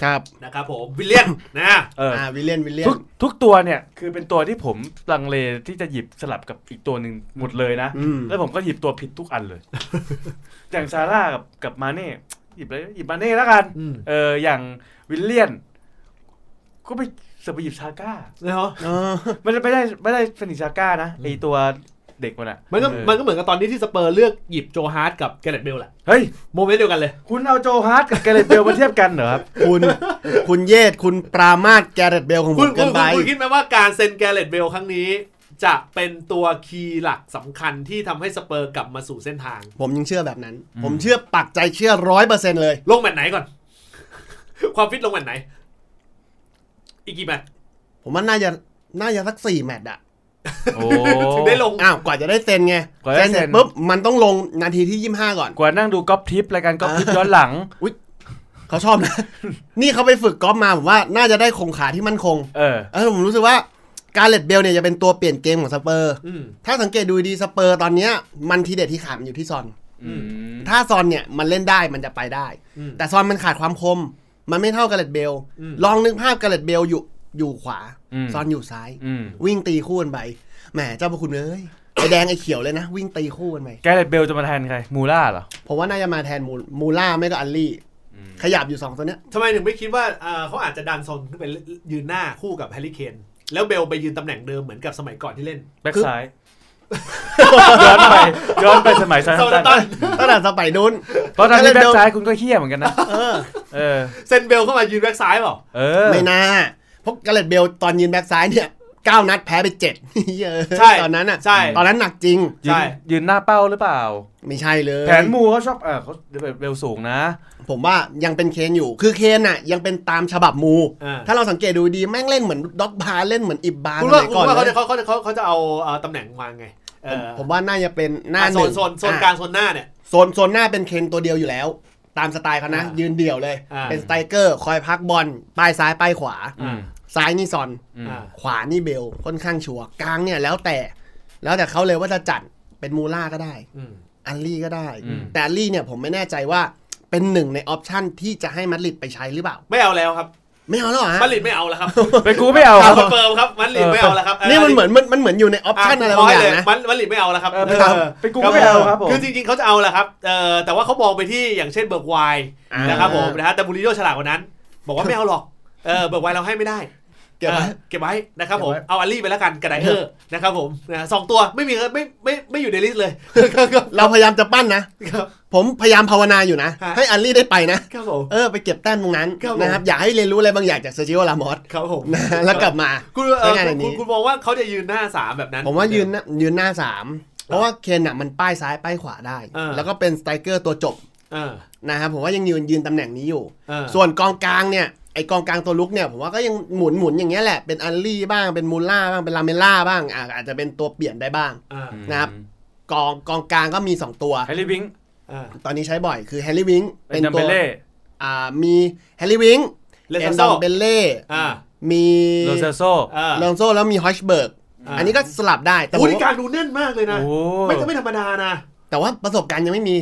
[SPEAKER 3] ครับ
[SPEAKER 1] นะครับผมวิลเลียน
[SPEAKER 2] [laughs]
[SPEAKER 1] นะ
[SPEAKER 2] เออ
[SPEAKER 3] อ่าวิลเลียนวิลเลีย
[SPEAKER 2] ทุ
[SPEAKER 3] น
[SPEAKER 2] กทุกตัวเนี่ยคือเป็นตัวที่ผมลังเลที่จะหยิบสลับกับอีกตัวหนึ่งหมดเลยนะ
[SPEAKER 3] อืม
[SPEAKER 2] แล้วผมก็หยิบตัวผิดทุกอันเลย [laughs] อย่างซาร่ากับกับมาเน่หยิบอะไรหยิบมาเน่แล้วกัน เอออย่างวิลเลียน ก็ไปเสบไปหยิบชาก้า
[SPEAKER 1] นะฮะ
[SPEAKER 3] เออ
[SPEAKER 2] มันไม่ได้ไม่ได้เฟนิกซ์ชาก้านะไอตัวเด็กมันอะ
[SPEAKER 1] มันก็
[SPEAKER 2] เออ
[SPEAKER 1] มันก็เหมือนกับตอนนี้ที่สเปอร์เลือกหยิบโจฮาร์ดกับแกเรตเบลแหละ
[SPEAKER 2] เฮ้ย
[SPEAKER 1] โมเมนต์เดียวกันเลย
[SPEAKER 2] คุณเอาโจฮาร์ดกับแกเรตเบลมาเทียบกันเหรอครับ
[SPEAKER 3] คุณคุณเยศคุณปรามาสแกเรตเบลของผ
[SPEAKER 1] คุณ
[SPEAKER 3] ม
[SPEAKER 1] คุ
[SPEAKER 3] เกิ
[SPEAKER 1] ณ
[SPEAKER 3] นไป
[SPEAKER 1] คุณคิดไหมว่าการเซ็นแกเรตเบลครั้งนี้ จะเป็นตัวคีย์หลักสำคัญที่ทำให้สเปอร์กลับมาสู่เส้นทาง
[SPEAKER 3] ผมยังเชื่อแบบนั้น
[SPEAKER 2] อืม
[SPEAKER 3] ผมเชื่อปักใจเชื่อร้อยเปอร์เซ็นต์เลย
[SPEAKER 1] ลงแมตช์ไหนก่อน [laughs] ความฟิตลงแมตช์ไหน อีกกี่แมตช์
[SPEAKER 3] ผมว่าน่าจะน่าจะสักสี่แมตช์อะ
[SPEAKER 2] [laughs] โอ้
[SPEAKER 1] ถึงได้ลง
[SPEAKER 3] อ้าวกว่าจะได้เซ็นไง
[SPEAKER 2] กว่าจะ
[SPEAKER 3] เซ็
[SPEAKER 2] ได้
[SPEAKER 3] น
[SPEAKER 2] เซ็น
[SPEAKER 3] เสร็จปุ๊บมันต้องลงนาทีที่ยี่ห้าก่อน
[SPEAKER 2] กว่านั่งดูก๊อปทิปรายการก๊อปทิปย้อนหลัง
[SPEAKER 3] เขาชอบ
[SPEAKER 2] [laughs]
[SPEAKER 3] นะ นี่เขาไปฝึกกอล์ฟมาผมว่าน่าจะได้คงขาที่มั่นคง
[SPEAKER 2] เออ
[SPEAKER 3] เออผมรู้สึกว่าการเลดเบลเนี่ยจะเป็นตัวเปลี่ยนเกมของสเปอร์
[SPEAKER 1] อืม
[SPEAKER 3] ถ้าสังเกตดูดีสเปอร์ตอนเนี้ยมันทีเด็ดที่ขาดมันอยู่ที่ซอน
[SPEAKER 2] อืม
[SPEAKER 3] ถ้าซอนเนี่ยมันเล่นได้มันจะไปได้
[SPEAKER 1] อืม
[SPEAKER 3] แต่ซอนมันขาดความคม มันไม่เท่ากาเลตเบล
[SPEAKER 1] อืม
[SPEAKER 3] ลองนึกภาพกาเลตเบลอยู่อยู่ขวา
[SPEAKER 2] อืม
[SPEAKER 3] ซอนอยู่ซ้าย
[SPEAKER 2] อืม
[SPEAKER 3] วิ่งตีคู่กันไปแหมเจ้าพระคุณเอ้ยไอแดงไอเขียวเลยนะ วิ่งตีคู่กันไป
[SPEAKER 2] แกเรตเบลจะมาแทนใคร มูล่าเหรอ
[SPEAKER 3] ผมว่าน่าจะมาแทนมูมูล่าไม่ก็อัลลี่
[SPEAKER 2] อืม
[SPEAKER 3] ขยับอยู่สองตัวเนี้ย
[SPEAKER 1] ทำไมถึงไม่คิดว่าเอ่อเขาอาจจะดันซอนขึ้นไปยืนหน้าคู่กับแฮร์รี่เคน แล้วเบลไปยืนตำแหน่งเดิมเหมือนกับสมัยก่อนที่เล่น
[SPEAKER 2] แบ็คซ้าย ย้อนไป ย้อนไปสมัยซา
[SPEAKER 1] ซา
[SPEAKER 2] ตั
[SPEAKER 1] ตั
[SPEAKER 2] น
[SPEAKER 1] น
[SPEAKER 3] ตั้งแต่สมัยนู้น
[SPEAKER 2] เพราะตอนที่
[SPEAKER 3] แกเรตเบล
[SPEAKER 2] แบ็คซ้ายคุณก็เฮี้ยเหมือนกันนะ
[SPEAKER 3] เออ
[SPEAKER 2] เออ
[SPEAKER 1] เซนเบลเข้ามายืนแบ็กซ้ายเปล่า
[SPEAKER 2] เออ
[SPEAKER 3] ไม่น่าเพราะกาเลตเบลตอนยืนแบ็กซ้ายเนี่ยเก้านัดแพ้ไปเจ็ดเย
[SPEAKER 1] ใช่
[SPEAKER 3] ตอนนั้นอ่ะ
[SPEAKER 1] ใช่
[SPEAKER 3] ตอนนั้นหนักจริง
[SPEAKER 2] ยื
[SPEAKER 1] ใช่
[SPEAKER 2] นยืนหน้าเป้าหรือเปล่า
[SPEAKER 3] ไม่ใช่เลย
[SPEAKER 2] แผนมูเขาชอบ เออเขาเร็วสูงนะ
[SPEAKER 3] ผมว่ายังเป็นเคนอยู่ คือเคนอ่ะ ยังเป็นตามฉบับมู
[SPEAKER 1] อ่า
[SPEAKER 3] ถ้าเราสังเกตดูดีแม่งเล่นเหมือนด็อกบาร์เล่นเหมือนอิบบาร์
[SPEAKER 1] คุณ
[SPEAKER 3] ส
[SPEAKER 1] ว่า
[SPEAKER 3] มัย
[SPEAKER 1] คุ
[SPEAKER 3] ก่อ
[SPEAKER 1] ณ
[SPEAKER 3] น
[SPEAKER 1] ว่าเขา
[SPEAKER 3] เล
[SPEAKER 1] จะ
[SPEAKER 3] ย
[SPEAKER 1] เขาเขาเขาเขาจะเอาเอ่อตำแหน่งวางไงเออ
[SPEAKER 3] ผมว่าน่าจะเป็นหน้า
[SPEAKER 1] อ่ะ
[SPEAKER 3] ห
[SPEAKER 1] โซ
[SPEAKER 3] นึ่
[SPEAKER 1] น
[SPEAKER 3] ง
[SPEAKER 1] โซนโซน
[SPEAKER 3] อ่ะ
[SPEAKER 1] กลางโซนหน้าเนี่ย
[SPEAKER 3] โซนโซนหน้าเป็นเคนตัวเดียวอยู่แล้ว ตามสไตล์เขานะ
[SPEAKER 1] อ่ายื
[SPEAKER 3] ยืนเดี่ยวเลย
[SPEAKER 1] อ่า
[SPEAKER 3] เป็นสไตรเกอร์ คอยพักบอลป้ายซ้ายป้ายขวา
[SPEAKER 2] อืม
[SPEAKER 3] ซ้ายนี่ซอน
[SPEAKER 2] อืม
[SPEAKER 1] อ่า
[SPEAKER 3] ขวานี่เบลค่อนข้างชัวร์กลางเนี่ยแล้วแต่ แล้วแต่เขาเลยว่าจะจัดเป็นมูล่าก็ได้
[SPEAKER 1] อืม
[SPEAKER 3] อัลลี่ก็ได้
[SPEAKER 2] อืม
[SPEAKER 3] แต่อัลลี่เนี่ยผมไม่แน่ใจว่าเป็นหนึ่งในออปชันที่จะให้มัดริดไปใช้หรือเปล่า
[SPEAKER 1] ไม่เอาแล้วครับ
[SPEAKER 3] ไม่เอาแล้วเหรอฮะ
[SPEAKER 1] มาดริดไม่เอาแล้วครับ
[SPEAKER 2] ไปกูไม่เอา
[SPEAKER 1] ข่าวสเปิร์มครับมาดริดไม่เอาแล้วครับ
[SPEAKER 3] [laughs] นี่มันเหมือนมันมันเหมือนอยู่ในออปชันอะไรบางอย่างนะ
[SPEAKER 1] มันมันหลีไม่เอาแล้วครับ
[SPEAKER 2] เออไป
[SPEAKER 1] เออ
[SPEAKER 2] ไปกูไม่เอาครับผม
[SPEAKER 1] คือจริงๆเขาจะเอาแหละครับเอ่อแต่ว่าเขามองไปที่อย่างเช่นเบิร์กไวน์
[SPEAKER 3] อ่าน
[SPEAKER 1] นะครับผมนะฮะแต่มูรินโญ่ฉลาดกว่านั้น บอกว่าไม่เอาหรอกเออเบิร์กไวน์เราให้ไม่ได้
[SPEAKER 3] เก็บไว้
[SPEAKER 1] ออเก็บไว้นะครับผม
[SPEAKER 3] เก็บไว้
[SPEAKER 1] เอาอัลลี่ไปแล้วกันกระไดเออร์นะครับผมนะสองตัวไม่มีไม่ไม่ไม่ไม่อยู่ในลิสต์เลย
[SPEAKER 3] เราพยายามจะปั้นนะ
[SPEAKER 1] ครับ
[SPEAKER 3] ผมพยายามภาวนาอยู่นะ
[SPEAKER 1] ฮะ
[SPEAKER 3] ให้อันลี่ได้ไปนะ
[SPEAKER 1] ครับผม
[SPEAKER 3] เออไปเก็บแต้มตรงนั้น
[SPEAKER 1] ครับผม
[SPEAKER 3] นะครับ อยากให้เรียนรู้อะไรบางอย่างจากเซอร์จิโอลามอส
[SPEAKER 1] ครับผม
[SPEAKER 3] นะแล้วกลับมา
[SPEAKER 1] คุณเอ่อ
[SPEAKER 3] ใช้งานอันนี้
[SPEAKER 1] คุณคุณมองว่าเขาจะยืนหน้าสามแบบนั้น
[SPEAKER 3] ผมว่ายืนหน้ายืนหน้าสามเพราะว่าเคนน่ะมันป้ายซ้ายป้ายขวาได้
[SPEAKER 1] เออ
[SPEAKER 3] แล้วก็เป็นสไตรเกอร์ตัวจบ
[SPEAKER 1] เออ
[SPEAKER 3] นะครับผมว่ายังยืนยืนตำแหน่งนี้อยู่
[SPEAKER 1] เออ
[SPEAKER 3] ส่วนกองกลางเนี่ยไอกองกลางตัวลุกเนี่ยผมว่าก็ยังหมุนหมุนอย่างเงี้ยแหละเป็นอันลี่บ้างเป็นมูล่าบ้างเป็นลาเมล่าบ้างอ่ะอาจจะเป็นตัวเปลี่ยนได้บ้าง
[SPEAKER 1] อ่า
[SPEAKER 3] นะครับ กองกองกลางก็มีสองตัว
[SPEAKER 2] แฮร์รี่วิง
[SPEAKER 1] อ่า
[SPEAKER 3] ตอนนี้ใช้บ่อยคือแฮร์รี่วิง
[SPEAKER 2] เป็นดัมเบลเล่
[SPEAKER 3] อ่ามีแฮร์รี่วิง
[SPEAKER 1] เล
[SPEAKER 3] เอน
[SPEAKER 1] ซา
[SPEAKER 3] ด
[SPEAKER 1] โซ
[SPEAKER 3] องเบลเล่
[SPEAKER 1] อ่า
[SPEAKER 3] มี
[SPEAKER 2] โรเซโซ
[SPEAKER 1] อ่า
[SPEAKER 3] ลองโซแล้วมีฮอชเบิร์กอันนี้ก็สลับได้แต่ผ
[SPEAKER 1] โอ้ย
[SPEAKER 3] ม
[SPEAKER 1] นี่การดูแน่นมากเลยนะ
[SPEAKER 2] โอ้
[SPEAKER 1] ไม่ไม่ธรรมดานะ
[SPEAKER 3] แต่ว่าประสบการณ์ยังไม่มี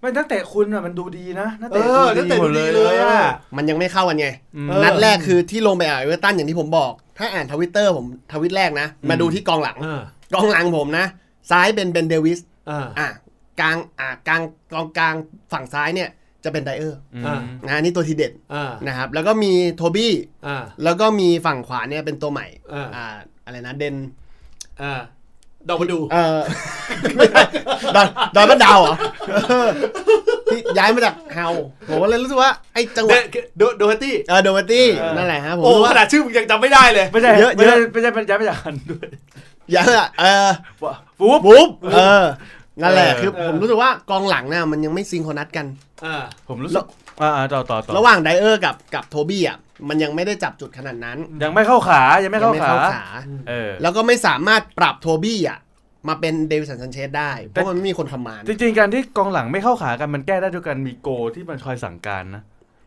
[SPEAKER 2] ไม่นักเตะคุณอ่ะมันดูดีนะนัก
[SPEAKER 1] เอ
[SPEAKER 2] เตะ
[SPEAKER 1] อนักเตะดูดีเลยอ่ะ
[SPEAKER 3] มันยังไม่เข้ากันไง
[SPEAKER 2] ม
[SPEAKER 1] เออ
[SPEAKER 3] นัดแรกคือที่ลงไปอ่ะเอเวอร์ตันอย่างที่ผมบอก ถ้าอ่านทวิตเตอร์ผมทวิตแรกนะ
[SPEAKER 2] อืม
[SPEAKER 3] มาดูที่กองหลัง
[SPEAKER 1] เออก
[SPEAKER 3] องหลังผมนะ ซ้ายเป็นเบนเดวิส
[SPEAKER 1] เออ
[SPEAKER 3] อ่ะกลางอ่ะกลางกองกลางฝั่งซ้ายเนี่ยจะเป็นไดเออร์
[SPEAKER 2] อืม
[SPEAKER 1] อ่า
[SPEAKER 3] นะอันนี่ตัวทีเด็ด
[SPEAKER 1] อ่า
[SPEAKER 3] นะครับแล้วก็มีโทบี้
[SPEAKER 1] อ่า
[SPEAKER 3] แล้วก็มีฝั่งขวาเนี่ยเป็นตัวใหม่
[SPEAKER 1] เอออ่
[SPEAKER 3] อ่าอะไรนะเดน
[SPEAKER 1] อ่าดอกประดู
[SPEAKER 3] เอ่อ ดอน [laughs] ดอนบ้านดาวเหรอเออที่ย้ายมาจากเฮาผมก็เลยรู้สึกว่าไอ้จังหวะ
[SPEAKER 1] เนี่ยคือโดโดเฮตตี้
[SPEAKER 3] เออโดเวอร์ตี้นั่นแหละฮะผม
[SPEAKER 1] โอ้
[SPEAKER 3] รู้สึ
[SPEAKER 1] ข
[SPEAKER 3] กว่า
[SPEAKER 1] นาดชื่อมึงยังจำไม่ได้เลย
[SPEAKER 2] ไม่ใช่
[SPEAKER 3] เยอะ
[SPEAKER 2] ไม่ใช่
[SPEAKER 3] เยอะ
[SPEAKER 2] ไม่ใช่ไม่ใช่ไม่ใช่อันด้วย
[SPEAKER 3] ย้ายมาเออ
[SPEAKER 2] ฟุ๊บ
[SPEAKER 3] ปุ๊บเออ นั่นแหละ
[SPEAKER 2] เออ
[SPEAKER 3] คือ
[SPEAKER 1] เออ
[SPEAKER 3] ผมรู้สึกว่ากองหลังน่ะมันยังไม่ซิงโครนัสกัน
[SPEAKER 1] อ่า
[SPEAKER 2] ผมรู้สึกอ่าๆต่อต่อต่อ
[SPEAKER 3] ระหว่างไดเออร์กับกับโทบี้อ่ะ มันยังไม่ได้จับจุดขนาดนั้น
[SPEAKER 2] ยังไม่เข้าขายังไม่เข้า
[SPEAKER 3] ยั
[SPEAKER 2] ขาเออ
[SPEAKER 3] แล้วก็ไม่สามารถปรับโทบี้อ่ะ มาเป็นเดวิสันซันเชสได้ เพราะมันไม่มีคนคำมาน
[SPEAKER 2] จริงๆการที่กองหลังไม่เข้าขากันมันแก้ได้ด้วยการมีโกที่มันคอยสั่งการนะ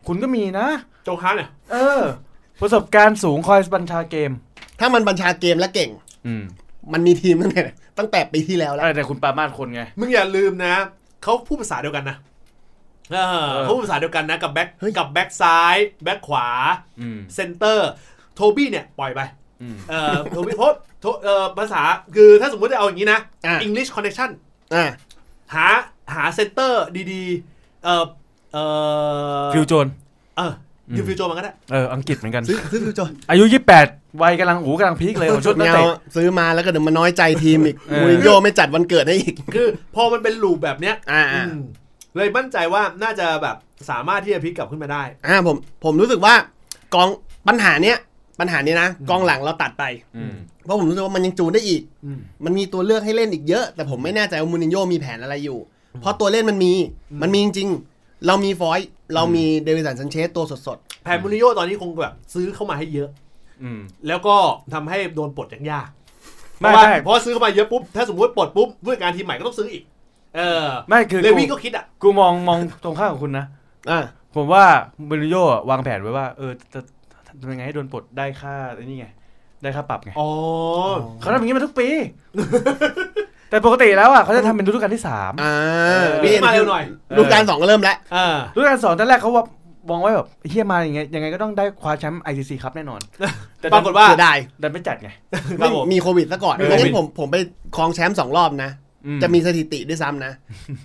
[SPEAKER 2] คุณก็มีนะ
[SPEAKER 1] โจงฮาร์ทเนี่ย
[SPEAKER 2] เออ ประสบการณ์สูงคอยบัญชาเกม
[SPEAKER 3] ถ้ามันบัญชาเกมและเก่ง
[SPEAKER 2] อืม
[SPEAKER 3] มันมีทีมตั้งแต่ [laughs] ตั้งแต่ปีที่แล้วแล้ว
[SPEAKER 2] แต่คุณปรามาดคนไง
[SPEAKER 1] มึงอย่าลืมนะเขาพูดภาษาเดียวกันนะเออเขาพูดภาษาเดียวกันนะกับแบ็ค
[SPEAKER 3] เฮ้ย
[SPEAKER 1] กับแบ็คซ้ายแบ็คขวา
[SPEAKER 2] อืม
[SPEAKER 1] เซนเตอร์โทบี้เนี่ย ปล่อยไป
[SPEAKER 2] อืม
[SPEAKER 1] เออโทบี้เพราะโทเออภาษาคือถ้าสมมติจะเอาอย่างนี้นะ
[SPEAKER 3] อ่ะ
[SPEAKER 1] English connection
[SPEAKER 3] อ่ะ
[SPEAKER 1] หาหาเซนเตอร์ดีๆเออเออ
[SPEAKER 2] ฟิวโจน
[SPEAKER 1] เออ
[SPEAKER 2] อืม
[SPEAKER 1] คือฟิวโจมันก็ได้
[SPEAKER 2] เอออังกฤษเหมือนกัน
[SPEAKER 3] ซื้อซื้อฟิวโจน
[SPEAKER 2] อายุ 28 วัยกำลังหูกำลังพีคเลยของชุดนัก
[SPEAKER 3] เงา
[SPEAKER 2] เตะ
[SPEAKER 3] ซื้อมาแล้วก็เดี๋ยวมาน้อยใจทีมอีก
[SPEAKER 2] เออ
[SPEAKER 3] มูรินโญ่ไม่จัดวันเกิดให้อีก
[SPEAKER 1] คือพอมันเป็นลูปแบบเนี้ย
[SPEAKER 3] อ่าอ่า
[SPEAKER 1] อืมเลยมั่นใจว่าน่าจะแบบสามารถที่จะพลิกกลับขึ้นมาได้
[SPEAKER 3] อ่าผมผมรู้สึกว่ากองปัญหาเนี้ยปัญหานี้นะกองหลังเราตัดไป
[SPEAKER 2] อืม
[SPEAKER 3] เพราะผมรู้สึกว่ามันยังจูนได้อีก
[SPEAKER 1] อืม
[SPEAKER 3] มันมีตัวเลือกให้เล่นอีกเยอะ แต่ผมไม่แน่ใจว่ามูนินโญ่มีแผนอะไรอยู่ เพราะตัวเล่นมันมี มันมีจริงๆ เรามีฟอยต์เรามีเดวิสันซันเชสตัวสด
[SPEAKER 1] แผนมูรินโยตอนนี้คงแบบซื้อเข้ามาให้เยอะ
[SPEAKER 2] อืม
[SPEAKER 1] แล้วก็ทำให้โดนปลดยากๆเพ
[SPEAKER 2] ไม่
[SPEAKER 1] ราะว่า
[SPEAKER 2] ไม่
[SPEAKER 1] เพราะว่าซื้อเข้ามาเยอะปุ๊บ ถ้าสมมติปลดปุ๊บผู้จัดการทีมใหม่ก็ต้องซื้ออีก เออ
[SPEAKER 2] ไม่คือ
[SPEAKER 1] เล
[SPEAKER 2] กู
[SPEAKER 1] วี่ก็คิดอ่ะ
[SPEAKER 2] กูมองมองตรงข้ามของคุณนะ
[SPEAKER 3] ๆอ่า
[SPEAKER 2] ผมว่ามูรินโญ่วางแผนไว้ว่า เออจะจะทำยังไงให้โดนปลดได้ค่าไอ้นี่ไง ได้ค่าปรับไง
[SPEAKER 1] อ๋อ
[SPEAKER 2] เขาทำอย่างนี้มาทุกปี แต่ปกติแล้วอ่ะเขาจะทำเป็นฤดูกาลที่สาม
[SPEAKER 3] อ่า
[SPEAKER 2] เออ
[SPEAKER 1] นี่มาเร็วหน่อย
[SPEAKER 3] ลูกการสองก็เริ่มแล้ว
[SPEAKER 1] เออ
[SPEAKER 2] ฤดูกาลสองตอนแรกเขาว่ามองไว้แบบเฮียมาอย่างไงยังไงก็ต้องได้คว้าแชมป์ ICC ครับแน่นอน แต่
[SPEAKER 1] ปรากฏว่า
[SPEAKER 3] เสียดาย
[SPEAKER 2] ดันไม่จัดไง
[SPEAKER 1] ครั
[SPEAKER 3] ไม่
[SPEAKER 1] บผม
[SPEAKER 3] มีโควิดซะก่อน
[SPEAKER 1] มีโควิด
[SPEAKER 3] ไม่งั้นผมผมไปครองแชมป์สองรอบนะ
[SPEAKER 2] อืม
[SPEAKER 3] จะมีสถิติด้วยซ้ำนะ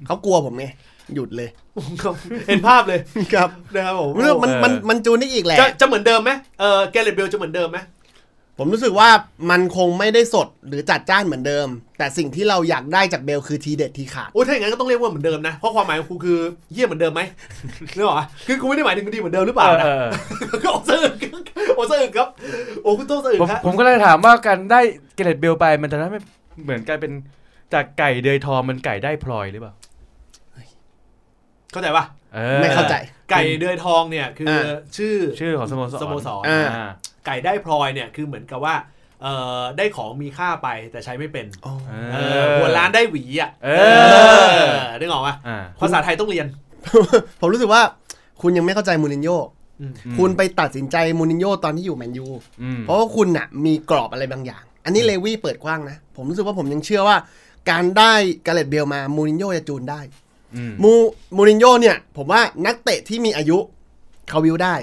[SPEAKER 3] เขากลัวผมไงหยุดเลย
[SPEAKER 1] เห็นภาพเลย
[SPEAKER 3] ครับ
[SPEAKER 1] นะครับผม
[SPEAKER 3] เรื่องมัน
[SPEAKER 2] เออ
[SPEAKER 3] มันมันจูนได้อีกแหละ
[SPEAKER 1] จะจะเหมือนเดิมไหมเออแกเรตเบลจะเหมือนเดิมไหม
[SPEAKER 3] ผมรู้สึกว่ามันคงไม่ได้สดหรือจัดจ้านเหมือนเดิม แต่สิ่งที่เราอยากได้จากเบลคือทีเด็ดทีขาด
[SPEAKER 1] โอ้ยถ้าอย่างนั้นก็ต้องเรียกว่าเหมือนเดิมนะเพราะความหมายของกูคือเยี่ยเหมือนเดิม [laughs] ไหมนึกออกปะคือกูไม่ได้หมายถึงดีเหมือนเดิมหรือเปล่านะ
[SPEAKER 2] เออเออ
[SPEAKER 1] [laughs] โอ้สะอึกโอ้สะอึกครับ โอ้คุณโต้งสะอึก
[SPEAKER 2] ผม
[SPEAKER 1] ฮะ
[SPEAKER 2] ผมก็เลยถามว่าการได้เกเรตเบลไปมันจะทำให้เหมือนกลายเป็นจากไก่เดยทองมันไก่ได้พลอยหรือเปล่า
[SPEAKER 1] เข้าใจป่ะ
[SPEAKER 2] ออ
[SPEAKER 3] ไม่เข้าใจ
[SPEAKER 1] ไก่เดือยทองเนี่ยคืออา ชื่อ
[SPEAKER 2] ชื่อของสโมสร
[SPEAKER 1] สโมสร
[SPEAKER 2] อ่า
[SPEAKER 1] ไก่ได้พลอยเนี่ยคือเหมือนกับว่าเอ่อได้ของมีค่าไปแต่ใช้ไม่เป็น
[SPEAKER 3] อ๋อ
[SPEAKER 1] เออหัวล้านได้หวีอ่ะ
[SPEAKER 2] เอ
[SPEAKER 1] เอ
[SPEAKER 2] อ
[SPEAKER 1] อนึกออกปะ
[SPEAKER 2] อ่า
[SPEAKER 1] ภาษาไทยต้องเรียน
[SPEAKER 3] ผม [laughs] รู้สึกว่าคุณยังไม่เข้าใจมูรินโญ่
[SPEAKER 1] อืม
[SPEAKER 3] คุณไปตัดสินใจมูรินโญ่ตอนที่อยู่แมนยู
[SPEAKER 2] อืม
[SPEAKER 3] เพราะว่าคุณน่ะมีกรอบอะไรบางอย่าง อันนี้เลวี่เปิดกว้างนะ ผมรู้สึกว่าผมยังเชื่อว่า การได้กาเลตเบลมามูรินโญ่จะจูนได้
[SPEAKER 2] อืม
[SPEAKER 3] มูมูรินโญ่เนี่ย ผมว่านักเตะที่มีอายุเขาวิวได้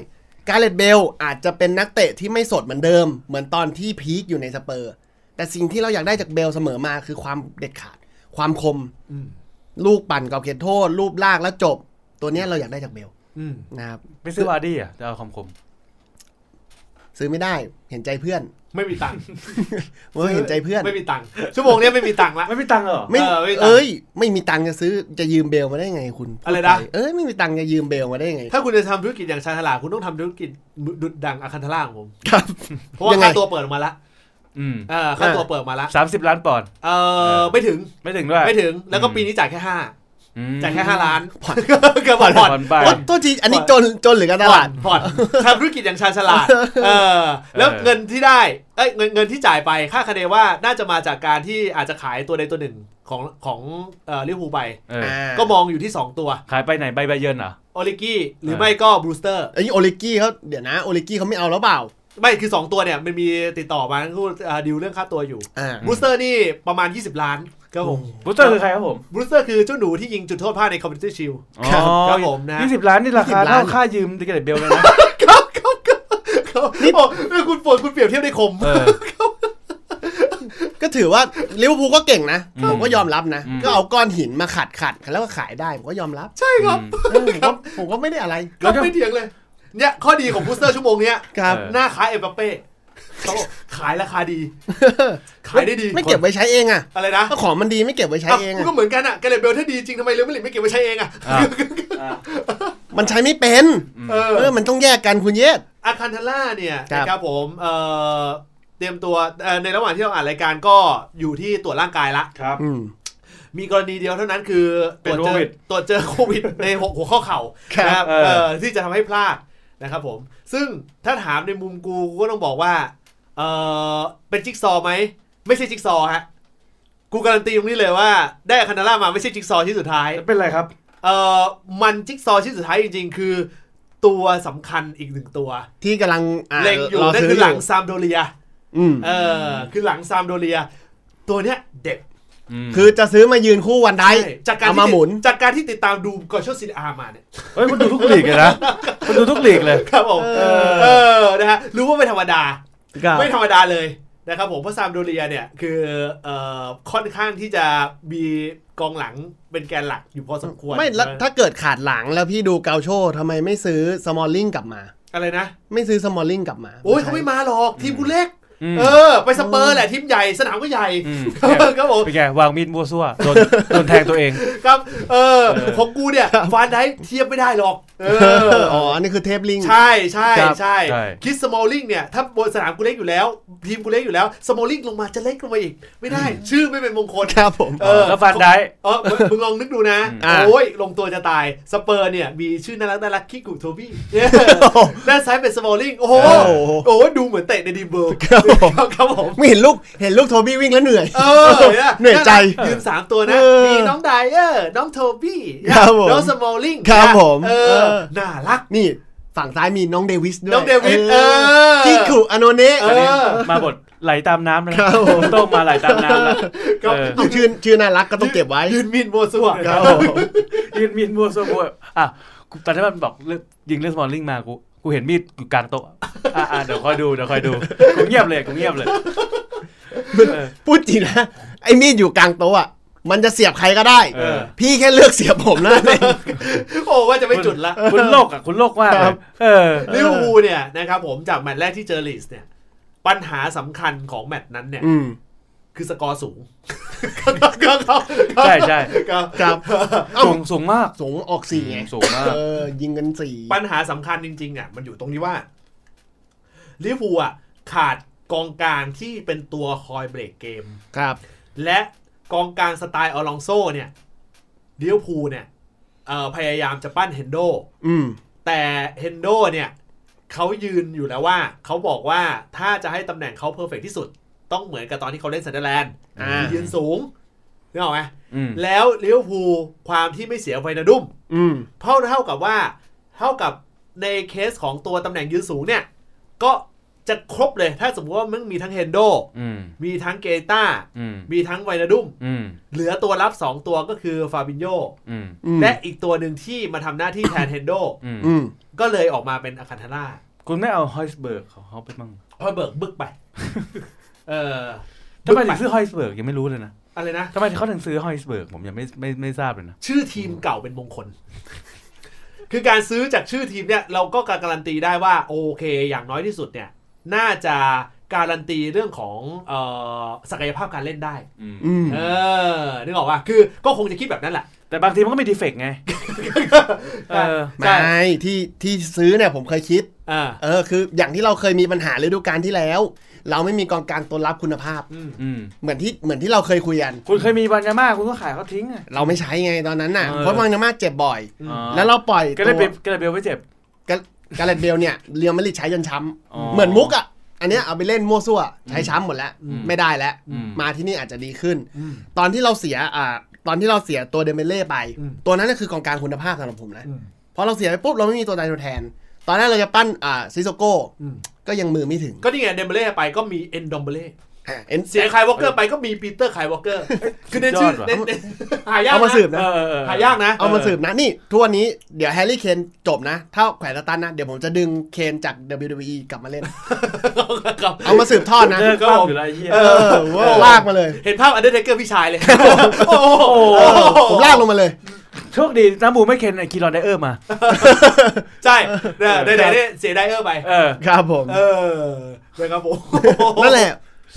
[SPEAKER 3] การเลตเบลอาจจะเป็นนักเตะที่ไม่สดเหมือนเดิม เหมือนตอนที่พีคอยู่ในสเปอร์ แต่สิ่งที่เราอยากได้จากเบลเสมอมาคือความเด็ดขาด ความคม
[SPEAKER 1] อืม
[SPEAKER 3] ลูกปั่นกรอบเขตโทษ รูปลากแล้วจบ ตัวเนี้ยเราอยากได้จากเบล
[SPEAKER 1] อืม
[SPEAKER 3] นะครับ
[SPEAKER 2] ไม่ซื้อวาร์ดี้อ่ะจะเอาคำคม
[SPEAKER 3] ซื้อไม่ได้เห็นใจเพื่อน
[SPEAKER 1] ไม่มีตังค์
[SPEAKER 3] เออเห็นใจเพื่อน
[SPEAKER 1] ไม่มีตังค์ชั่วโมงเนี้ยไม่มีตังค์ละ
[SPEAKER 2] ไม่มีตังค์เหรอ
[SPEAKER 3] ไม่
[SPEAKER 1] เออไม่มีตังค์
[SPEAKER 3] เอ้ย ไม่มีตังค์จะซื้อจะยืมเบลมาได้ไงคุณ
[SPEAKER 1] อะไรนะ
[SPEAKER 3] เอ้ยไม่มีตังค์จะยืมเบลมาได้ไง
[SPEAKER 1] [laughs] ถ้าคุณจะทำธุรกิจอย่างชาญฉลาดคุณต้องทำธุรกิจดุดดังอาคันธล่าของผม
[SPEAKER 3] ครับ
[SPEAKER 1] เพราะว่า
[SPEAKER 3] ยังไง
[SPEAKER 1] ค่าตัวเปิดออกมาละ
[SPEAKER 2] อืม
[SPEAKER 1] เออค่าตัวเปิดออกมาละ
[SPEAKER 2] สามสิบล้านปอนด์
[SPEAKER 1] เอ
[SPEAKER 2] เอ
[SPEAKER 1] อ
[SPEAKER 2] อ
[SPEAKER 1] ไม่ถึง
[SPEAKER 2] ไม่ถึงด้วย
[SPEAKER 1] ไม่ถึงแล้วก็ปีนี้จ่ายแค่ห้าจ่ายแค่ห้าล้านเกือบผ่ [laughs] อน
[SPEAKER 2] ป
[SPEAKER 1] ผ่
[SPEAKER 2] อ
[SPEAKER 1] อน น
[SPEAKER 2] ด์ไป
[SPEAKER 3] โอ๊ยโทษทีอันนี้จนจนหรือการตลาด
[SPEAKER 1] ผ่อนผ่อนทำธุรกิจอย่างชาญฉลาด เออ แล้ว
[SPEAKER 2] เออ
[SPEAKER 1] เงินที่ได้ เอ้ยเงินเงินที่จ่ายไปค่าคะเนว่าน่าจะมาจากการที่อาจจะขายตัวใดตัวหนึ่งของของเอ่อลิเวอร์พูลไป
[SPEAKER 2] เออ
[SPEAKER 1] ก็มองอยู่ที่ 2 ตัว
[SPEAKER 2] ขายไปไหนใบใบเยิร์นเหรอ
[SPEAKER 1] โอลิกี้หรือ
[SPEAKER 2] เออ
[SPEAKER 1] ไม่ก็บรูสเตอร์
[SPEAKER 3] ไอ้โอลิกี้เขาเดี๋ยวนะโอลิกี้เขาไม่เอาแล้วเปล่า
[SPEAKER 1] ไม่คือ 2 ตัวเนี่ย มันมีติดต่อมาทั้งคู่เอ่อดีลเรื่องค่าตัวอยู่
[SPEAKER 3] อ่า
[SPEAKER 1] บรูสเตอร์นี่ประมาณ 20 ล้านครับผม
[SPEAKER 2] บูสเตอร์คือใครครับผม
[SPEAKER 1] บรูสเตอร์คือเจ้าหนูที่ยิงจุดโทษพลาดในคอมมิวนิตี้ชิล
[SPEAKER 3] ครับ
[SPEAKER 1] ครับผมนะ
[SPEAKER 2] ยี่สิบล้านนี่ราคา
[SPEAKER 3] 20ล้าน
[SPEAKER 2] เท่าค่ายืมติเกตเบลเลยนะ
[SPEAKER 1] นี่บอกเออคุณปวดคุณเปรียบเทียบได้คม
[SPEAKER 2] เออ
[SPEAKER 3] ก็ถือว่าลิเวอร์พูลก็เก่งนะ
[SPEAKER 2] อืม
[SPEAKER 3] ผมก็ยอมรับนะ
[SPEAKER 2] อืม
[SPEAKER 3] ก็เอาก้อนหินมาขัดขัดแล้วก็ขายได้ ผมก็ยอมรับ
[SPEAKER 1] ใช่ครับ
[SPEAKER 3] เออผมก็ผมก็ไม่ได้อะไร
[SPEAKER 1] ครับไม่เถียงเลยเนี่ยข้อดีของบรูสเตอร์ชั่วโมงเนี้ย
[SPEAKER 3] ครับ
[SPEAKER 2] เออ
[SPEAKER 1] หน้าขายเอ็มบัปเป้เขาบอกขายราคาดี ขายได้ดี
[SPEAKER 3] ไม่เก็บไว้ใช้เองอ่ะ
[SPEAKER 1] อะไรนะ
[SPEAKER 3] ก็ของมันดีไม่เก็บไว้ใช้เอง
[SPEAKER 1] อ่ะ
[SPEAKER 3] อะ
[SPEAKER 1] กูก็เหมือนกันอ่ะแกเลเบลถ้าดีจริงทำไมเรอัลมาดริดไม่เก็บไว้ใช้เองอ่ะ
[SPEAKER 2] อ่ะ
[SPEAKER 3] มันใช้ไม่เป็น
[SPEAKER 1] เออ
[SPEAKER 3] เออมันต้องแยกกันคุณเยศ
[SPEAKER 1] อาคันทาล่าเนี่ย
[SPEAKER 3] ครับ
[SPEAKER 1] นะครับผมเอ่อเตรียมตัวเอ่อในระหว่างที่เราอ่านรายการก็อยู่ที่ตรวจร่างกายละ
[SPEAKER 5] ครับ
[SPEAKER 3] อืม
[SPEAKER 1] มีกรณีเดียวเท่านั้นคือ
[SPEAKER 2] เป็น
[SPEAKER 1] ตรวจเจ
[SPEAKER 2] โค
[SPEAKER 1] อ
[SPEAKER 2] วิด
[SPEAKER 1] ตรวจเจอโควิด [laughs] ในหัวหัวข้อเข่า
[SPEAKER 3] ค
[SPEAKER 1] นะค
[SPEAKER 3] รับ
[SPEAKER 1] รับ
[SPEAKER 2] เออ
[SPEAKER 1] เอ่อที่จะทำให้พลาดนะครับผม ซึ่งถ้าถามในมุมกูกูก็ต้องบอกว่าเออเป็นจิ๊กซอว์ไหมไม่ใช่จิ๊กซอว์ฮะกูการันตีตรงนี้เลยว่า ได้อาคันดาล่ามาไม่ใช่จิ๊กซอว์ชิ้นสุดท้าย
[SPEAKER 5] แล้วเป็นไรครับ
[SPEAKER 1] เออมันจิ๊กซอว์ชิ้นสุดท้ายจริง ๆ คือ ตัวสำคัญอีกหนึ่งตัว
[SPEAKER 3] ที่กำลังอ่า
[SPEAKER 1] เล็งอยู่
[SPEAKER 3] รอ
[SPEAKER 1] นั่น
[SPEAKER 3] ซื้
[SPEAKER 1] คือ
[SPEAKER 3] ออ
[SPEAKER 1] หลัง
[SPEAKER 3] ยู่
[SPEAKER 1] ซามโดเรีย
[SPEAKER 3] อืม
[SPEAKER 1] เออคือหลังซามโดเรีย ตัวเนี้ยเด็ด
[SPEAKER 2] ม
[SPEAKER 3] คือจะซื้อมายืนคู่วันได
[SPEAKER 1] ใช่จากการ
[SPEAKER 3] เอามา
[SPEAKER 1] ที่
[SPEAKER 3] หมุน
[SPEAKER 1] จากการที่ติดตามดูกอชซินอามาเนี่ย [laughs]
[SPEAKER 2] เฮ้ยมันดูทุกลีกเลยนะมันดูทุกลีกเลย
[SPEAKER 1] ครับผม
[SPEAKER 2] เออ
[SPEAKER 1] เออนะฮะรู้ว่าไม่ธรรมดา
[SPEAKER 3] ครับ
[SPEAKER 1] ไม่ธรรมดาเลยนะครับผมเพราะซามโดเรียเนี่ยคือเอ่อค่อนข้างที่จะมีกองหลังเป็นแกนหลักอยู่พอสมควร
[SPEAKER 3] ไม่แล้ว
[SPEAKER 1] นะ
[SPEAKER 3] ถ้าเกิดขาดหลังแล้วพี่ดูเกาโชทำไมไม่ซื้อสมอลลิงกลับมา
[SPEAKER 1] อะไรนะ
[SPEAKER 3] ไม่ซื้อสมอลลิงกลับมา
[SPEAKER 1] โอ้ยเขาไม่มาหรอก ทีมกูเล็ก
[SPEAKER 2] อืม
[SPEAKER 1] เออ ไปสเปอร์แหละทีมใหญ่สนามก็ใหญ่
[SPEAKER 2] ม
[SPEAKER 1] ครับผม
[SPEAKER 2] เป็นไงวางมีดมั่วซั่วโดนโดนแทงตัวเอง
[SPEAKER 1] ครับเออของกูเนี่ยฟานได้เทียบไม่ได้หรอกเออ
[SPEAKER 3] อ๋ออันนี้คือเทปลิง
[SPEAKER 1] ใช่ใช่
[SPEAKER 3] ครับ
[SPEAKER 1] ใช่
[SPEAKER 2] ใช่
[SPEAKER 1] คิดสมอลลิงเนี่ย ถ้าบนสนามกูเล็กอยู่แล้ว ทีมกูเล็กอยู่แล้วสมอลลิงลงมาจะเล็กลงมาอีก ไม่ได้ ชื่อไม่เป็นมงคล
[SPEAKER 3] ครับผม
[SPEAKER 1] เออ
[SPEAKER 2] แล้วฟันได้
[SPEAKER 1] เออมึงมึงลองนึกดูนะ
[SPEAKER 3] อ่า
[SPEAKER 1] โอ้ย ลงตัวจะตาย สเปอร์เนี่ย มีชื่อน่ารักน่ารักคิกกุโทบี้
[SPEAKER 3] [laughs]
[SPEAKER 1] เนี่ยด้านซ้ายเป็นสมอลลิงโอ้โห
[SPEAKER 2] โอ้
[SPEAKER 1] โอ้โหดูเหมือนเตะในดีมเบิร์กครับผม
[SPEAKER 3] ไม่เห็นลูกเห็นลูกโทบี้วิ่งแล้วเหนื่อย
[SPEAKER 1] เอ
[SPEAKER 3] [laughs]
[SPEAKER 1] อนะ
[SPEAKER 3] เหนื่อยใจ
[SPEAKER 1] ยืนสามตัวนะ
[SPEAKER 3] เออ
[SPEAKER 1] มีน้องไดเออร์น้องโทบี้
[SPEAKER 3] ครับผม
[SPEAKER 1] น้องสมอลลิง
[SPEAKER 3] ครับ
[SPEAKER 1] นะ
[SPEAKER 3] ผม
[SPEAKER 1] เอ
[SPEAKER 3] เอ
[SPEAKER 1] อ
[SPEAKER 3] อ
[SPEAKER 1] น่ารัก
[SPEAKER 3] นี่ฝั่งซ้ายมีน้องเดวิสด้วย
[SPEAKER 1] น้องเดวิส
[SPEAKER 3] เอ
[SPEAKER 1] เอ
[SPEAKER 3] อ
[SPEAKER 1] อ
[SPEAKER 3] ที่ขูอโนเนะ
[SPEAKER 1] เออ
[SPEAKER 2] มาบทไหลตามน้ำนะครับ
[SPEAKER 3] ผม
[SPEAKER 2] โต้งมาไหลตามน้ำแล้ว
[SPEAKER 1] ครับ
[SPEAKER 2] เออ
[SPEAKER 3] เอาชื่อชื่อน่ารักก็ต้องเก็บไว้
[SPEAKER 1] ยืนมินโมวซัว
[SPEAKER 3] ครับผม
[SPEAKER 2] ยืนมีดมั่วซั่วกูแบบอ่ะกูตอนที่มันบอกเรื่องยิงเรื่องสมอลลิงมากูกูเห็นมีดอยู่กลางโต๊ะอ่ะอ่ะเดี๋ยวคอยดูเดี๋ยวคอยดูกูเงียบเลยกูเงียบเลยเออ
[SPEAKER 3] พูดจริงนะ ไอ้มีดอยู่กลางโต๊ะอะมันจะเสียบใครก็ได้
[SPEAKER 2] เออ
[SPEAKER 3] พี่แค่เลือกเสียบผม
[SPEAKER 1] [laughs]
[SPEAKER 3] นะ
[SPEAKER 1] โอ้ว่าจะไม่จุดละ
[SPEAKER 2] คุณโลกอ่ะคุณโลกมากเล
[SPEAKER 3] ครั
[SPEAKER 2] ย
[SPEAKER 3] บ
[SPEAKER 2] เออ
[SPEAKER 1] ลิเวอร์พูลเนี่ยนะครับผมจากแมตช์แรกที่เจอลีสเนี่ยปัญหาสำคัญของแมตช์นั้นเนี่ย
[SPEAKER 3] อืม
[SPEAKER 1] คือสกอร์สูง [laughs] ครับ
[SPEAKER 2] ใช่ใช่
[SPEAKER 1] ครับ
[SPEAKER 3] ครับเอ้า
[SPEAKER 2] สูงสูงมาก
[SPEAKER 3] สูงออกสี่ไง
[SPEAKER 2] สูงมาก
[SPEAKER 3] เออยิงกันสี่
[SPEAKER 1] ปัญหาสำคัญจริงๆอ่ะมันอยู่ตรงที่ว่าลิเวอร์พูลอ่ะขาดกองกลางที่เป็นตัวคอยเบรกเกม
[SPEAKER 3] ครับ
[SPEAKER 1] และกองกลางสไตล์อลองโซเนี่ยลิเวอร์พูลเนี่ยเอ่อพยายามจะปั้นเฮนโด
[SPEAKER 3] อืม
[SPEAKER 1] แต่เฮนโดเนี่ยเขายืนอยู่แล้วว่า เขาบอกว่าถ้าจะให้ตำแหน่งเขาเพอร์เฟกที่สุด ต้องเหมือนกับตอนที่เขาเล่นซันเดอร์แลนด์
[SPEAKER 3] อ่า
[SPEAKER 1] ยืนสูงนึกออกไหม
[SPEAKER 2] อืม
[SPEAKER 1] แล้วลิเวอร์พูลความที่ไม่เสียไฟนาดุม
[SPEAKER 3] อืม
[SPEAKER 1] เท่าเท่ากับว่าเท่ากับในเคสของตัวตำแหน่งยืนสูงเนี่ย ก็จะครบเลยถ้าสมมติว่ามึงมีทั้งเฮนโด
[SPEAKER 2] อืม
[SPEAKER 1] มีทั้งเกต้า
[SPEAKER 2] อืม
[SPEAKER 1] มีทั้งไวนาดุม
[SPEAKER 2] อืม
[SPEAKER 1] เหลือตัวรับ 2 ตัวก็คือฟาบินโย
[SPEAKER 2] อืม
[SPEAKER 3] อืม
[SPEAKER 1] และอีกตัวหนึ่งที่มาทำหน้าที่แทนเฮนโด
[SPEAKER 2] อืม
[SPEAKER 3] อืม
[SPEAKER 1] ก็เลยออกมาเป็นอาคันธาร่า
[SPEAKER 2] คุณไม่เอาฮอยสเบิร์กของเขาไปมั่ง
[SPEAKER 1] ฮอยเบิร์กบึกไป เออ
[SPEAKER 2] ทำไมถึ
[SPEAKER 1] บึก
[SPEAKER 2] ง
[SPEAKER 1] ป
[SPEAKER 2] ซื้อฮอยสเบิร์กยังไม่รู้เลยนะ
[SPEAKER 1] อะไรนะ
[SPEAKER 2] ทำไมเขาถึงซื้อฮอยสเบิร์กผมยังไม่ไม่ไม่ทราบเลยนะ
[SPEAKER 1] ชื่อทีมเก่าเป็นมงคล คือการซื้อจากชื่อทีมเนี่ย เราก็การันตีได้ว่า โอเค อย่างน้อยที่สุดเนี่ย น่าจะการันตีเรื่องของเออศักยภาพการเล่นได้
[SPEAKER 3] อืม
[SPEAKER 1] เออนึกออกป่ะคือก็คงจะคิดแบบนั้นแหละ
[SPEAKER 2] แต่บางทีมันก็มีดีเฟกต์ไงเออ
[SPEAKER 3] ไม่ ที่ที่ซื้อเนี่ยผมเคยคิด
[SPEAKER 1] เออ
[SPEAKER 3] เออคืออย่างที่เราเคยมีปัญหาฤดูกาลที่แล้ว เราไม่มีกองกลางตัวรับคุณภาพ
[SPEAKER 1] อืม
[SPEAKER 2] อืม
[SPEAKER 3] เหมือนที่เหมือนที่เราเคยคุยกัน
[SPEAKER 2] คุณเคยมีบัญญาม่าคุณก็ขายเขาทิ้งอะ
[SPEAKER 3] เราไม่ใช้ไงตอนนั้นน่ะ
[SPEAKER 2] เออ
[SPEAKER 3] เพราะมังนามาเจ็บบ่อย
[SPEAKER 1] อืม
[SPEAKER 2] อ๋อ
[SPEAKER 3] แล้วเราปล่อย
[SPEAKER 2] ก็เลย
[SPEAKER 3] ตัว
[SPEAKER 2] เป็นก็เลยเบลไม่เจ็บ
[SPEAKER 3] กาการ์เรตเบลเนี่ยเรียวมาดริดใช้จนช้
[SPEAKER 2] อ๋อ
[SPEAKER 3] ำเหมือนมุกอ่ะอันเนี้ยเอาไปเล่นมั่วซั่วใช้ช้ำหมดแล้ว
[SPEAKER 2] อืม
[SPEAKER 3] ไม่ได้แล้ว
[SPEAKER 2] อืม
[SPEAKER 3] มาที่นี่อาจจะดีขึ้น ตอนที่เราเสียอ่าตอนที่เราเสียตัวเดเมเล่ไป
[SPEAKER 1] อืม
[SPEAKER 3] ตัวนั้นน่ะคือกองกลางคุณภาพสำหรับผมนะ
[SPEAKER 1] อืม
[SPEAKER 3] พอเราเสียไปปุ๊บเราไม่มีตัวใดตัวแทน ตอนแรกเราจะปั้นอ่าซิโซโก้
[SPEAKER 1] อืม
[SPEAKER 3] ก็ยังมือไม่ถึง
[SPEAKER 1] ก็นี่ไงเดมเบเล่ไปก็มีเอนดอมเบเล่
[SPEAKER 3] อ่ะเอ็น
[SPEAKER 1] เสียคายวอลเกอร์ไปก็มีปีเตอร์คายวอลเกอร์คือในชื่อ
[SPEAKER 2] สุดยอดว่ะ
[SPEAKER 1] ในในหายาก
[SPEAKER 3] เอามา
[SPEAKER 1] นะ
[SPEAKER 3] สืบนะ
[SPEAKER 2] เออเออ
[SPEAKER 1] หายากนะ
[SPEAKER 3] เอามาสืบนะ นี่ทุกวันนี้เดี๋ยวแฮร์รี่เคนจบนะ ถ้าแขวนสตันนะ เดี๋ยวผมจะดึงเคนจาก WWE กลับมาเล่น เอามาสืบทอดนะ
[SPEAKER 2] เจอ
[SPEAKER 1] ครั
[SPEAKER 2] ก็
[SPEAKER 1] บผม
[SPEAKER 2] อยู่ไรเฮีย
[SPEAKER 3] เออว่าลากมาเลย
[SPEAKER 1] เห็นภาพอันเดอร์เทเกอร์พี่ชายเลย โอ้โห
[SPEAKER 3] ผมลากลงมาเลย
[SPEAKER 2] โชคดีน้ำบูไม่เคนไอคีรอนไดเออร์มา
[SPEAKER 1] ใช่เนี่ยไหนๆเนี่ยเสียไดเออร์ไป
[SPEAKER 2] เออ
[SPEAKER 3] ครับผม
[SPEAKER 1] เออนะครับผม
[SPEAKER 3] นั่นแหละ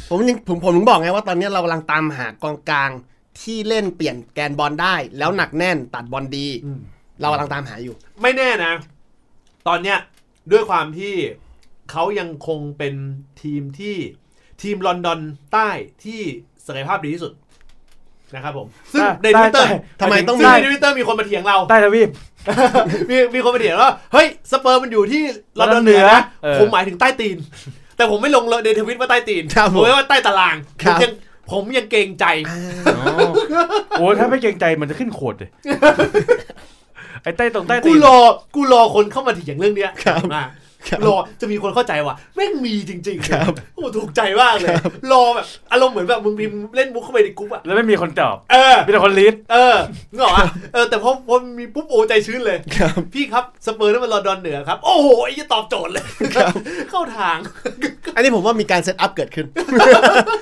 [SPEAKER 3] ผมยังผมผมถึงบอกไงว่าตอนนี้เรากำลังตามหากองกลางที่เล่นเปลี่ยนแกนบอลได้ แล้วหนักแน่นตัดบอลดี
[SPEAKER 1] อืม
[SPEAKER 3] เรากำลังตามหาอยู่
[SPEAKER 1] ไม่แน่นะ ตอนเนี้ยด้วยความที่เขายังคงเป็นทีมที่ทีมลอนดอนใต้ที่ศักยภาพดีที่สุดนะครับผม ซึ่ง
[SPEAKER 2] ใต้
[SPEAKER 1] ในทวิตเตอร์
[SPEAKER 2] ใต้
[SPEAKER 3] ทำไมต้อง
[SPEAKER 1] ซึ่ง
[SPEAKER 3] มี
[SPEAKER 1] ในทวิตเตอร์มีคนมาเถียงเรา
[SPEAKER 2] ใต้ทวีป
[SPEAKER 1] [laughs] มีมีคนมาเถียงว่าเฮ้ยสเปอร์มันอยู่ที่ลอนดอนเหนือนะ
[SPEAKER 2] เออ
[SPEAKER 1] ผมหมายถึงใต้ตีน แต่ผมไม่ลงเลยในทวิตว่าใต้ตีน
[SPEAKER 3] ครับ
[SPEAKER 1] ผ
[SPEAKER 3] ผม ม
[SPEAKER 1] ว่าใต้ตาราง
[SPEAKER 3] ครับ
[SPEAKER 1] ผมยังผมยังเกรงใจ
[SPEAKER 2] โอ้ถ้าไม่เกรงใจมันจะขึ้นโขดเลยไอ้ใต้ตรงใต้
[SPEAKER 1] กู
[SPEAKER 2] ตีน
[SPEAKER 1] รอกูรอคนเข้ามาเถียงเรื่องเนี้ย
[SPEAKER 3] ครับ
[SPEAKER 1] มาก
[SPEAKER 3] ครับ
[SPEAKER 1] รอจะมีคนเข้าใจว่ะแม่งมีจริงๆ
[SPEAKER 3] ครับ
[SPEAKER 1] โอ้ถูกใจมากเลย รอแบบอารมณ์เหมือนแบบมึงพิมพ์เล่นมุกเข้าไปในกรุ๊ปอะ
[SPEAKER 2] แล้วไม่มีคนตอบ
[SPEAKER 1] เออ
[SPEAKER 2] มีแต่คนลีด
[SPEAKER 1] เออนึกออกอะเออแต่พอพอมีปุ๊บโอใจชื้นเลย
[SPEAKER 3] ครับ
[SPEAKER 1] พี่ครับสเปอร์นั่นมันลอนดอนเหนือครับ โอ้โหไอ้จะตอบโจทย์เลย เข้าทาง
[SPEAKER 3] อันนี้ผมว่ามีการเซตอัพเกิดขึ้น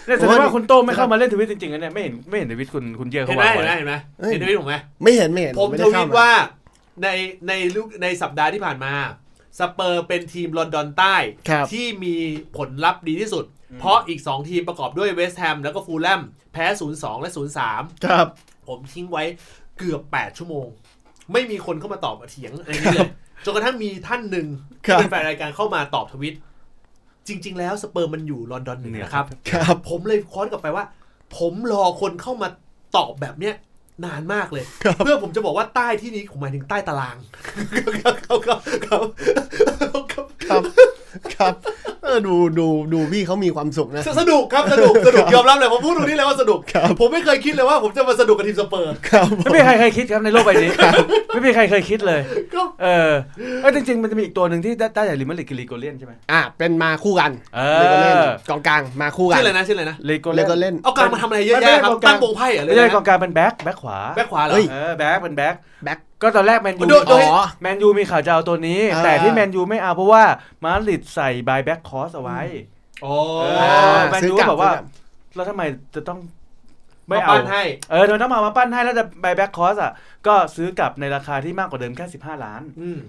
[SPEAKER 2] เนี่ยแสดงว่าคุณโต้งไม่เข้ามาเล่นทวิตจริงๆนะเนี่ยไม่เห็นไม่เห็นทวิตคุณคุณเยอะ
[SPEAKER 1] เห็
[SPEAKER 2] เขา
[SPEAKER 1] นไหม
[SPEAKER 2] วาง
[SPEAKER 1] เห็นไหม
[SPEAKER 2] ไว้
[SPEAKER 1] เห็นไหมเห็น
[SPEAKER 3] เอ้ย
[SPEAKER 1] ทวิตผมไหม
[SPEAKER 3] ไม่เห็นไม่เห็น
[SPEAKER 1] ผมท
[SPEAKER 3] ไเข้
[SPEAKER 1] วิตว่าในในลูกในสัปดาห์ที่ผ่านมาสเปอร์เป็นทีมลอนดอนใต้
[SPEAKER 3] ครับ
[SPEAKER 1] ที่มีผลลัพธ์ดีที่สุด เพราะอีก 2 ทีมประกอบด้วยเวสต์แฮมแล้วก็ฟูลแลมแพ้ 0 2 และ 0
[SPEAKER 3] ครับ
[SPEAKER 1] 3 ผมทิ้งไว้เกือบ 8 ชั่วโมง ไม่มีคนเข้ามาตอบเถียงอะไรนี้ [laughs] เลยจนกระทั่งมีท่านหนึ่ง
[SPEAKER 3] ครั
[SPEAKER 1] ที่เป็น
[SPEAKER 3] บ
[SPEAKER 1] แฟนรายการเข้ามาตอบทวิต จริง ๆ แล้วสเปอร์มันอยู่ลอนดอนเหนือนะครับ
[SPEAKER 3] ครับ
[SPEAKER 1] ผมเลยค้อนกลับไปว่า ผมรอคนเข้ามาตอบแบบเนี้ยนานมากเลย
[SPEAKER 3] ครับ
[SPEAKER 1] เพื่อผมจะบอกว่าใต้ที่นี้ผมหมายถึงใต้ตาราง [laughs] ครับครับครับครับ
[SPEAKER 3] ครับ ครับเออดูดูดูพี่เขามีความสุขนะ
[SPEAKER 1] สสนุกครับสนุกสนุกยอมรับเลยผมพูดตรงนี้เลยว่าสนุก
[SPEAKER 3] ครับ
[SPEAKER 1] ผมไม่เคยคิดเลยว่าผมจะมาสนุกกับทีมสเปอร์
[SPEAKER 3] ครับผ
[SPEAKER 2] ไม่
[SPEAKER 3] ม
[SPEAKER 2] มีใครเคยคิดครับในโลกใบนี้ไม่มีใครเคยคิดเลย
[SPEAKER 1] ก็
[SPEAKER 2] เออเอ้ยจริงๆมันจะมีอีกตัวหนึ่งที่ใต้ใต้ลิมาริกคือลิโกเลียนใช่ไหม
[SPEAKER 3] อ่ะเป็นมาคู่กัน
[SPEAKER 2] เอ
[SPEAKER 3] รียกว่าเล่น
[SPEAKER 2] อ
[SPEAKER 3] กองกลางมาคู่กัน
[SPEAKER 1] ชื่ออะไรนะชื่ออะไรนะ
[SPEAKER 2] ลิโกเลี
[SPEAKER 3] แล้
[SPEAKER 2] ยน
[SPEAKER 3] วก็เล่น
[SPEAKER 1] เอากลางมาทำอะไรเยอะ
[SPEAKER 2] ไม่ได้
[SPEAKER 1] แยะครับ
[SPEAKER 2] กองกลาง
[SPEAKER 1] ตั้งวงไพ่เหรอ
[SPEAKER 2] ไม่
[SPEAKER 1] เรื่อ
[SPEAKER 2] ใช่
[SPEAKER 1] ง
[SPEAKER 2] กองกลางเป็นแบ็คแบ็คขวา
[SPEAKER 1] แบ็คขวาเหรอ
[SPEAKER 3] เฮ้ย
[SPEAKER 2] เออแบ็คเป็นแบ็ค
[SPEAKER 3] แบ็ค
[SPEAKER 2] ก็ตอนแรกแมนยู
[SPEAKER 1] โดนโดน
[SPEAKER 3] อ๋อ
[SPEAKER 2] แมนยูมีข่าวจะเอาตัวนี้
[SPEAKER 3] อ่า
[SPEAKER 2] แต่ที่แมนยูไม่เอาเพราะว่ามาดริดใส่บายแบ็คคอสเอาไว้
[SPEAKER 1] โอ้
[SPEAKER 2] เอ
[SPEAKER 3] อ่า
[SPEAKER 2] อแมน
[SPEAKER 3] ซื้อ
[SPEAKER 2] ยู
[SPEAKER 3] กลับ
[SPEAKER 2] แบบว่า
[SPEAKER 3] ซื้อกลับ
[SPEAKER 2] แล้วทำไมจะต้อง
[SPEAKER 1] ไม่
[SPEAKER 2] ไม่
[SPEAKER 1] เอา
[SPEAKER 2] เอา
[SPEAKER 1] ให้
[SPEAKER 2] เออโดนต้องมามาปั้นให้แล้วแต่บายแบ็คคอสอ่ะ ก็ซื้อกลับในราคาที่มากกว่าเดิมแค่ 15 ล้าน
[SPEAKER 1] อืม